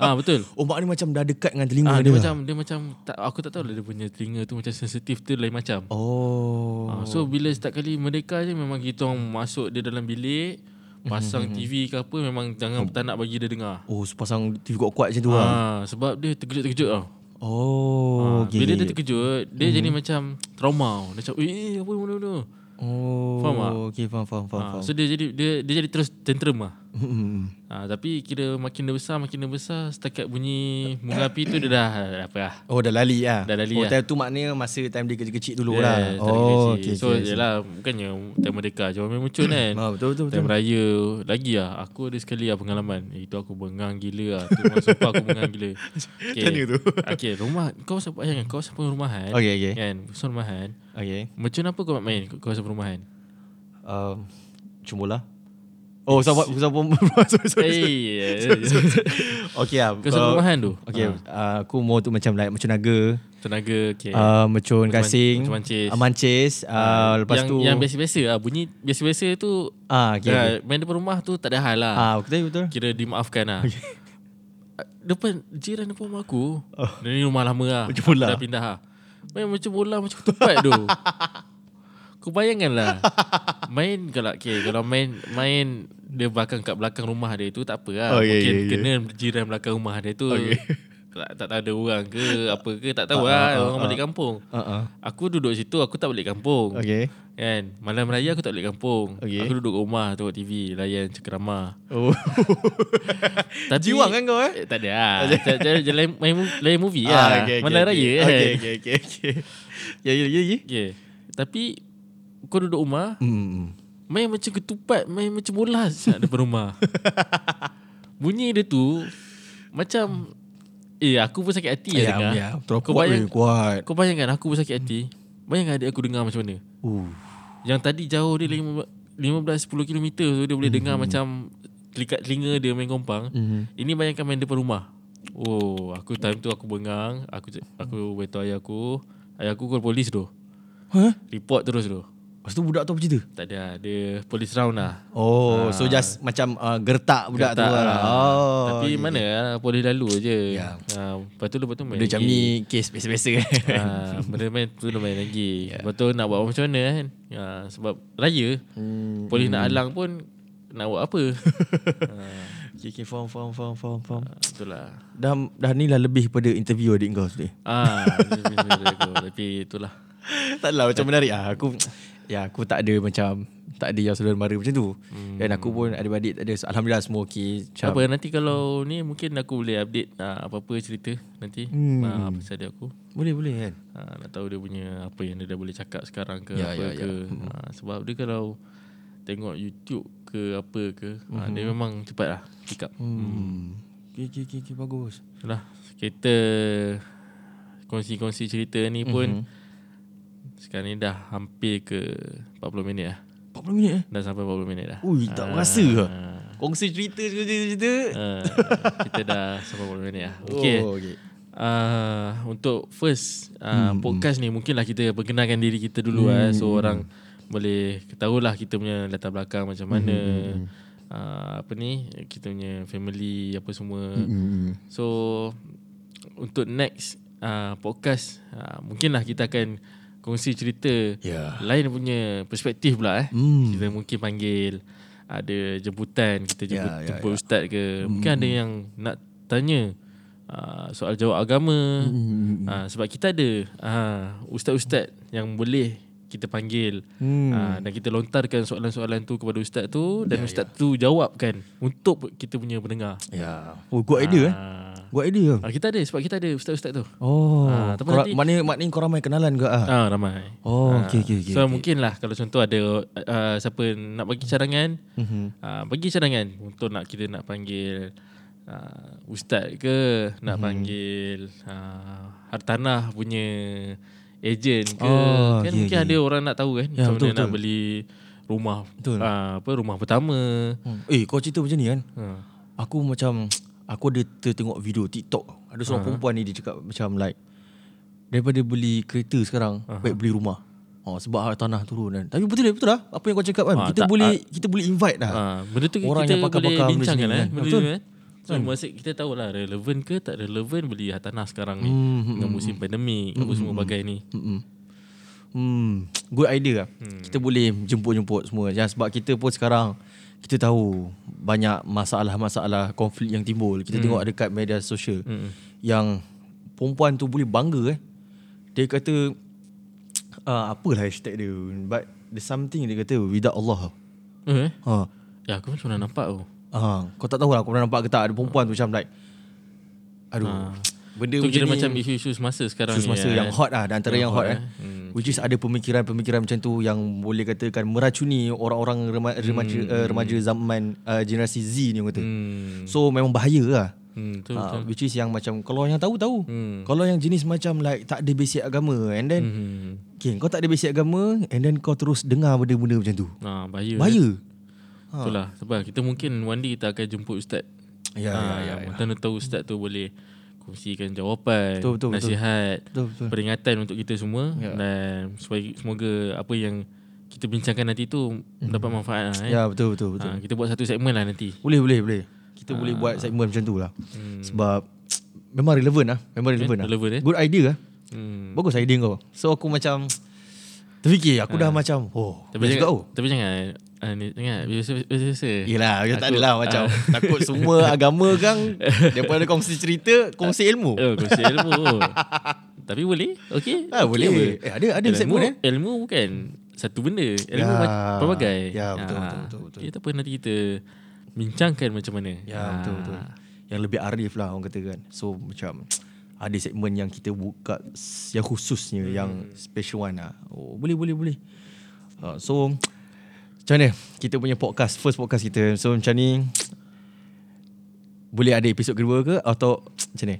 Speaker 2: ha, Betul
Speaker 1: Oh, mak ni macam dah dekat dengan telinga
Speaker 2: Ah,
Speaker 1: dia.
Speaker 2: dia,
Speaker 1: lah.
Speaker 2: macam dia macam tak, aku tak tahu lah dia punya telinga tu macam sensitif tu lain macam.
Speaker 1: Oh.
Speaker 2: Ah, so bila setiap kali merdeka je memang kita orang masuk dia dalam bilik
Speaker 1: Mhm,
Speaker 2: pasang TV ke apa memang jangan tak nak bagi dia dengar.
Speaker 1: Oh, sepasang TV kuat-kuat macam Oh. tu lah.
Speaker 2: Ah, sebab dia terkejut-terkejut tau.
Speaker 1: Oh, Mhm.
Speaker 2: Ah,
Speaker 1: okay.
Speaker 2: Bila dia terkejut, dia jadi macam trauma. tau. Dia macam, "Eh, apa benda tu?"
Speaker 1: Oh,
Speaker 2: Faham tak?
Speaker 1: Okay, faham, faham, faham.
Speaker 2: Ah,
Speaker 1: faham.
Speaker 2: so dia jadi dia dia jadi terus tantrum lah.
Speaker 1: Hmm,
Speaker 2: Ah, tapi kira makin dia besar, makin dia besar setakat bunyi bunga api tu dia dah, dah apa lah.
Speaker 1: oh, dah lali lah.
Speaker 2: Dah lali
Speaker 1: oh,
Speaker 2: lah.
Speaker 1: time tu maknanya masa time dia kecil-kecil dulu
Speaker 2: Dia
Speaker 1: lah.
Speaker 2: tak ada
Speaker 1: Oh,
Speaker 2: gaji.
Speaker 1: okay,
Speaker 2: So,
Speaker 1: okay.
Speaker 2: yelah, bukannya time merdeka je orang muncul kan.
Speaker 1: Ah, betul, betul, betul.
Speaker 2: Time raya Lagi lah Aku ada sekali lah pengalaman Eh, Itu aku bengang gila lah Tu memang sumpah aku bengang gila okay.
Speaker 1: Tanya tu.
Speaker 2: Okay rumah Kau siapa yang Kau siapa rumahan
Speaker 1: Okay, okay.
Speaker 2: Kan Kau rumahan
Speaker 1: Okay.
Speaker 2: Macam apa kau nak main Kau siapa rumahan
Speaker 1: Um, cuma lah. Oh, sahabat, sahabat, sorry, sorry.
Speaker 2: Hey eh,
Speaker 1: Okay lah.
Speaker 2: Kau siapa
Speaker 1: kalau-
Speaker 2: rumahan tu
Speaker 1: Okay,
Speaker 2: Ah,
Speaker 1: uh, aku mau tu macam like macam naga,
Speaker 2: Tenaga okay.
Speaker 1: uh, macam kasing,
Speaker 2: macam mancis.
Speaker 1: ah, mancis, uh, lepas
Speaker 2: yang,
Speaker 1: tu
Speaker 2: Yang biasa-biasa lah Bunyi biasa-biasa tu
Speaker 1: ah, okay, okay.
Speaker 2: okay. Main depan rumah tu Tak ada hal lah
Speaker 1: ah, betul betul.
Speaker 2: Kira dimaafkan lah Depan jiran depan rumah aku oh. Dia ni rumah lama lah
Speaker 1: Macam bola.
Speaker 2: Dah pindah lah Main macam bola Macam tempat tu Kau bayangkan lah Main kalau okay, Kalau main Main Dia belakang kat belakang rumah dia tu Tak apa lah
Speaker 1: Oh, yeah,
Speaker 2: Mungkin
Speaker 1: yeah, yeah.
Speaker 2: kena jiran belakang rumah dia tu
Speaker 1: Okay. Ah,
Speaker 2: tak, tak tahu ada orang ke apa ke tak tahu lah orang balik kampung.
Speaker 1: Uh-uh.
Speaker 2: Aku duduk situ aku tak balik kampung.
Speaker 1: Okay.
Speaker 2: Kan Malam raya aku tak balik kampung
Speaker 1: Okey.
Speaker 2: Aku duduk kat rumah Tengok TV Layan cekrama
Speaker 1: Oh.
Speaker 2: Tapi
Speaker 1: Jiwang kan kau eh?
Speaker 2: eh, Tak ada lah J- j- j- Layan main mu- layan movie
Speaker 1: Ah, okay,
Speaker 2: lah
Speaker 1: okay,
Speaker 2: Malam
Speaker 1: okay.
Speaker 2: raya kan
Speaker 1: Okay, okay, okay. okay. Ya, ya, ya, ya.
Speaker 2: okay. Tapi Kau duduk rumah
Speaker 1: Hmm.
Speaker 2: Main macam ketupat Main macam bola Sat depan rumah Bunyi dia tu Macam Eh aku pun sakit hati lah
Speaker 1: Ya,
Speaker 2: dengar
Speaker 1: ya. Terus
Speaker 2: Kau
Speaker 1: kuat, weh,
Speaker 2: bayang-
Speaker 1: kuat.
Speaker 2: Kau bayangkan aku pun sakit hati Bayangkan adik aku dengar macam mana
Speaker 1: Uh.
Speaker 2: Yang tadi jauh dia lima- 15-10 km tu Dia boleh
Speaker 1: Hmm.
Speaker 2: dengar macam Telikat telinga dia main kompang
Speaker 1: Mhm.
Speaker 2: Ini bayangkan main depan rumah Oh aku time tu aku bengang Aku cak- aku beritahu ayah aku Ayah aku call polis tu
Speaker 1: Huh?
Speaker 2: Report terus tu
Speaker 1: Lepas tu budak tu apa cerita?
Speaker 2: Tak ada Dia polis round lah
Speaker 1: Oh, so just macam uh, gertak budak
Speaker 2: Tak
Speaker 1: tu lah.
Speaker 2: lah.
Speaker 1: Oh. okay.
Speaker 2: Tapi mana lah Polis lalu je
Speaker 1: Ya.
Speaker 2: ha, Lepas tu lepas tu main
Speaker 1: Dia macam
Speaker 2: lagi.
Speaker 1: ni kes biasa-biasa kan.
Speaker 2: ha, Benda main tu dia main lagi
Speaker 1: Ya.
Speaker 2: yeah. Lepas tu nak buat macam mana kan ha, Sebab raya hmm. Polis nak halang pun Nak buat apa
Speaker 1: Okay, okay, faham, faham, faham, faham, faham.
Speaker 2: ha, Itulah
Speaker 1: Dah, dah ni lah lebih pada interview adik kau tadi.
Speaker 2: Ah, dia punya saudara aku. tapi itulah.
Speaker 1: tak lah macam menarik lah. Aku ya aku tak ada macam tak ada yang saudara mara macam tu. Hmm. Dan aku pun adik-adik tak ada. So, Alhamdulillah semua okey. Macam
Speaker 2: Apa nanti kalau ni mungkin aku boleh update ah, apa-apa cerita nanti hmm. ah, pasal dia aku.
Speaker 1: Boleh boleh kan.
Speaker 2: Ah, nak tahu dia punya apa yang dia dah boleh cakap sekarang ke
Speaker 1: Ya,
Speaker 2: apa
Speaker 1: ya,
Speaker 2: ke. Ah, sebab dia kalau tengok YouTube ke apa ke, ah, dia memang cepat lah pick up.
Speaker 1: Hmm. Okey okey okey okay, bagus.
Speaker 2: Itulah kita kongsi-kongsi cerita ni
Speaker 1: Hmm.
Speaker 2: pun sekarang ni dah hampir ke 40 minit lah.
Speaker 1: 40 minit eh.
Speaker 2: Dah sampai 40 minit dah. Ah,
Speaker 1: Ui tak berasa ke? Kongsi cerita cerita-cerita.
Speaker 2: Uh, kita dah sampai 40 minit lah. Okay.
Speaker 1: Oh, okey.
Speaker 2: Uh, untuk first uh, hmm. podcast ni mungkinlah kita perkenalkan diri kita dulu hmm. eh, so orang boleh ketahuilah kita punya latar belakang macam mana hmm. uh, apa ni kita punya family apa semua hmm. so untuk next uh, podcast uh, mungkinlah kita akan kongsi cerita
Speaker 1: Ya.
Speaker 2: lain punya perspektif pula eh
Speaker 1: Hmm.
Speaker 2: kita mungkin panggil ada jemputan kita jemput,
Speaker 1: Ya, Hmm. ya,
Speaker 2: jemput ustaz ke mungkin ada yang nak tanya uh, soal jawab agama
Speaker 1: Hmm.
Speaker 2: uh, sebab kita ada uh, ustaz-ustaz yang boleh kita panggil
Speaker 1: Hmm.
Speaker 2: uh, dan kita lontarkan soalan-soalan tu kepada ustaz tu dan ustaz tu jawabkan untuk kita punya pendengar
Speaker 1: Ya. Oh good idea eh.
Speaker 2: uh,
Speaker 1: Good idea.
Speaker 2: uh, kita ada sebab kita ada ustaz-ustaz tu
Speaker 1: Oh.
Speaker 2: Ah, tapi
Speaker 1: Korang,
Speaker 2: nanti-
Speaker 1: maknanya maknanya korang ramai kenalan ke ah?
Speaker 2: ah ramai
Speaker 1: Oh,
Speaker 2: Ah,
Speaker 1: okey okey okey.
Speaker 2: So mungkin lah Kalau contoh ada uh, Siapa nak bagi cadangan
Speaker 1: Mhm.
Speaker 2: uh, Bagi cadangan Untuk nak kita nak panggil uh, Ustaz ke
Speaker 1: Mhm.
Speaker 2: Nak panggil uh, Hartanah punya Agent ke
Speaker 1: Oh,
Speaker 2: Kan
Speaker 1: okey,
Speaker 2: mungkin
Speaker 1: okey.
Speaker 2: ada orang nak tahu kan
Speaker 1: Ya,
Speaker 2: Macam
Speaker 1: betul,
Speaker 2: mana nak beli Rumah
Speaker 1: Betul.
Speaker 2: uh, apa Rumah pertama
Speaker 1: Hmm. Eh kau cerita macam ni kan?
Speaker 2: uh,
Speaker 1: Aku macam Aku ada tertengok video TikTok Ada seorang uh-huh. perempuan ni Dia cakap macam like Daripada beli kereta sekarang uh-huh. Baik beli rumah oh, Sebab harga tanah turun kan Tapi betul betul lah Apa yang kau cakap kan
Speaker 2: Ah,
Speaker 1: Kita
Speaker 2: tak-
Speaker 1: boleh Kita boleh invite lah. dah
Speaker 2: uh, Benda tu
Speaker 1: Ah. Orang
Speaker 2: kita
Speaker 1: yang pakar-pakar
Speaker 2: boleh
Speaker 1: benda
Speaker 2: bincangkan
Speaker 1: sini
Speaker 2: eh,
Speaker 1: kan.
Speaker 2: Benda
Speaker 1: Betul. Hmm.
Speaker 2: tu kan So, maksud kita tahu lah relevan ke tak relevan beli hartanah sekarang ni hmm, dengan musim pandemik
Speaker 1: hmm,
Speaker 2: apa semua bagai ni.
Speaker 1: Mm-mm. Hmm, good idea lah. Hmm. Kita boleh jemput-jemput semua. Ya, sebab kita pun sekarang kita tahu banyak masalah-masalah konflik yang timbul. Kita hmm. tengok dekat media sosial hmm. yang perempuan tu boleh bangga eh. Dia kata uh, apalah hashtag dia but there's something dia kata without Allah.
Speaker 2: Eh?
Speaker 1: Ha.
Speaker 2: Ya aku pun pernah nampak tu
Speaker 1: Ha, kau tak tahu lah kau pernah nampak ke tak ada perempuan tu macam like aduh. Ha. Benda
Speaker 2: Tu kira
Speaker 1: ni-
Speaker 2: macam isu-isu semasa sekarang
Speaker 1: Terus
Speaker 2: ni
Speaker 1: masa
Speaker 2: kan.
Speaker 1: yang hot lah Dan antara yang,
Speaker 2: Yang
Speaker 1: hot,
Speaker 2: hot,
Speaker 1: eh. Hmm. Which is ada pemikiran-pemikiran macam tu Yang boleh katakan meracuni Orang-orang rema- remaja, hmm. uh, remaja zaman uh, Generasi Z ni orang kata hmm.
Speaker 2: Hmm,
Speaker 1: So memang bahaya lah
Speaker 2: hmm tu
Speaker 1: uh, Which is yang macam Kalau yang tahu, tahu hmm. Kalau yang jenis macam like Tak ada basic agama And then hmm.
Speaker 2: hmm.
Speaker 1: Okay kau tak ada basic agama And then kau terus dengar benda-benda macam tu
Speaker 2: Nah, Ah, bahaya.
Speaker 1: Bahaya Ah.
Speaker 2: Itulah sebab kita mungkin one day kita akan jemput ustaz.
Speaker 1: Ya,
Speaker 2: Ah,
Speaker 1: ya, ya, ya.
Speaker 2: Mana tahu ustaz tu boleh kongsikan jawapan,
Speaker 1: Betul, betul, betul.
Speaker 2: nasihat,
Speaker 1: Betul, betul.
Speaker 2: peringatan untuk kita semua
Speaker 1: Ya.
Speaker 2: dan supaya- semoga apa yang kita bincangkan nanti tu dapat manfaat lah
Speaker 1: Hmm.
Speaker 2: eh.
Speaker 1: Ya betul betul betul
Speaker 2: Ah, kita buat satu segmen lah nanti.
Speaker 1: Boleh boleh boleh Kita boleh buat segmen macam tu lah hmm. Sebab Memang relevan lah Memang relevan lah
Speaker 2: Relevan eh.
Speaker 1: Good idea lah
Speaker 2: Hmm.
Speaker 1: Bagus idea kau So aku macam Terfikir aku dah macam Oh
Speaker 2: Tapi
Speaker 1: best juga
Speaker 2: jangan,
Speaker 1: oh
Speaker 2: tapi jangan uh, ni, jangan biasa biasa. biasa.
Speaker 1: Yelah aku, tak
Speaker 2: Aku-
Speaker 1: adalah macam
Speaker 2: Ah.
Speaker 1: Takut semua agama kan Daripada kongsi cerita Kongsi ilmu
Speaker 2: Oh, kongsi ilmu. tapi boleh? Okey.
Speaker 1: Ah,
Speaker 2: okey
Speaker 1: boleh.
Speaker 2: apa?
Speaker 1: Eh, ada- ada
Speaker 2: ilmu,
Speaker 1: segmen, eh?
Speaker 2: Ilmu bukan satu benda. Ilmu
Speaker 1: Ya.
Speaker 2: ya. pelbagai.
Speaker 1: Ya, betul, betul, betul, betul.
Speaker 2: Okay, tak apa nanti kita bincangkan macam mana.
Speaker 1: Ya
Speaker 2: Ah,
Speaker 1: betul betul. Yang lebih arif lah orang kata kan. So macam ada segmen yang kita buka s- yang khususnya hmm. yang special one lah. Oh boleh boleh boleh. Uh, so macam mana kita punya podcast first podcast kita. So macam ni boleh ada episod kedua ke atau macam ni?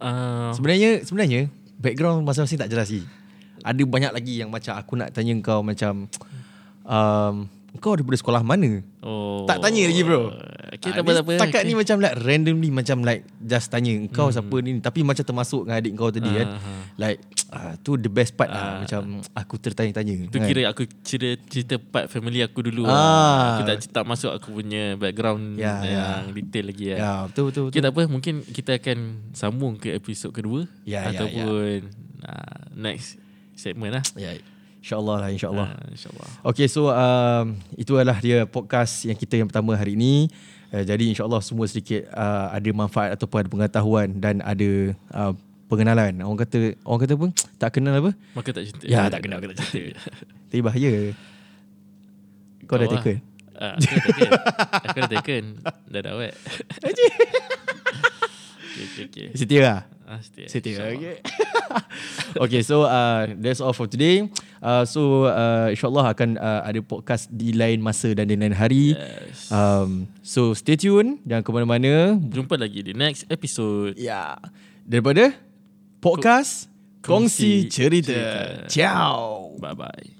Speaker 2: ah,
Speaker 1: Sebenarnya sebenarnya background masing-masing tak jelas lagi. Ada banyak lagi yang macam aku nak tanya kau macam um, kau daripada sekolah mana?
Speaker 2: oh.
Speaker 1: Tak tanya lagi bro
Speaker 2: Uh, Okay,
Speaker 1: Ah,
Speaker 2: tak apa,
Speaker 1: ni
Speaker 2: tak apa.
Speaker 1: Setakat
Speaker 2: Okay. Hmm.
Speaker 1: ni macam like randomly Macam like just tanya Kau siapa ni Tapi macam termasuk dengan adik kau tadi kan
Speaker 2: Uh-huh.
Speaker 1: Like ah, tu the best part lah Macam aku tertanya-tanya kan?
Speaker 2: Tu kira aku cerita, cerita part family aku dulu.
Speaker 1: Ah.
Speaker 2: Ah. Aku tak cerita masuk aku punya background
Speaker 1: Ya, ya.
Speaker 2: yang detail lagi.
Speaker 1: Ya
Speaker 2: Kan.
Speaker 1: yeah, betul-betul
Speaker 2: Okay, tak apa. Mungkin kita akan sambung ke episod kedua.
Speaker 1: Ya, ya,
Speaker 2: ataupun ah, next segment lah.
Speaker 1: Ya InsyaAllah lah InsyaAllah
Speaker 2: Ah, InsyaAllah.
Speaker 1: Okay so um, Itu adalah dia podcast yang kita yang pertama hari ini uh, Jadi insyaAllah semua sedikit uh, Ada manfaat ataupun ada pengetahuan Dan ada uh, pengenalan Orang kata Orang kata apa Tak kenal apa
Speaker 2: Maka tak cinta.
Speaker 1: Ya tak kenal aku tak cerita Tapi bahaya Kau dah
Speaker 2: Awak.
Speaker 1: taken
Speaker 2: Ah, aku dah taken. aku dah taken. Dah dah wet. okay, okay, okay.
Speaker 1: Setia lah
Speaker 2: Ah, setia.
Speaker 1: Setia
Speaker 2: InsyaAllah.
Speaker 1: okay. okay so uh, That's all for today uh, So uh, InsyaAllah akan uh, Ada podcast Di lain masa Dan di lain hari
Speaker 2: Yes.
Speaker 1: um, So stay tune Jangan ke mana-mana
Speaker 2: Jumpa lagi di next episode.
Speaker 1: Ya yeah. Daripada Podcast Kongsi,
Speaker 2: Kongsi
Speaker 1: cerita.
Speaker 2: cerita.
Speaker 1: Ciao
Speaker 2: Bye-bye.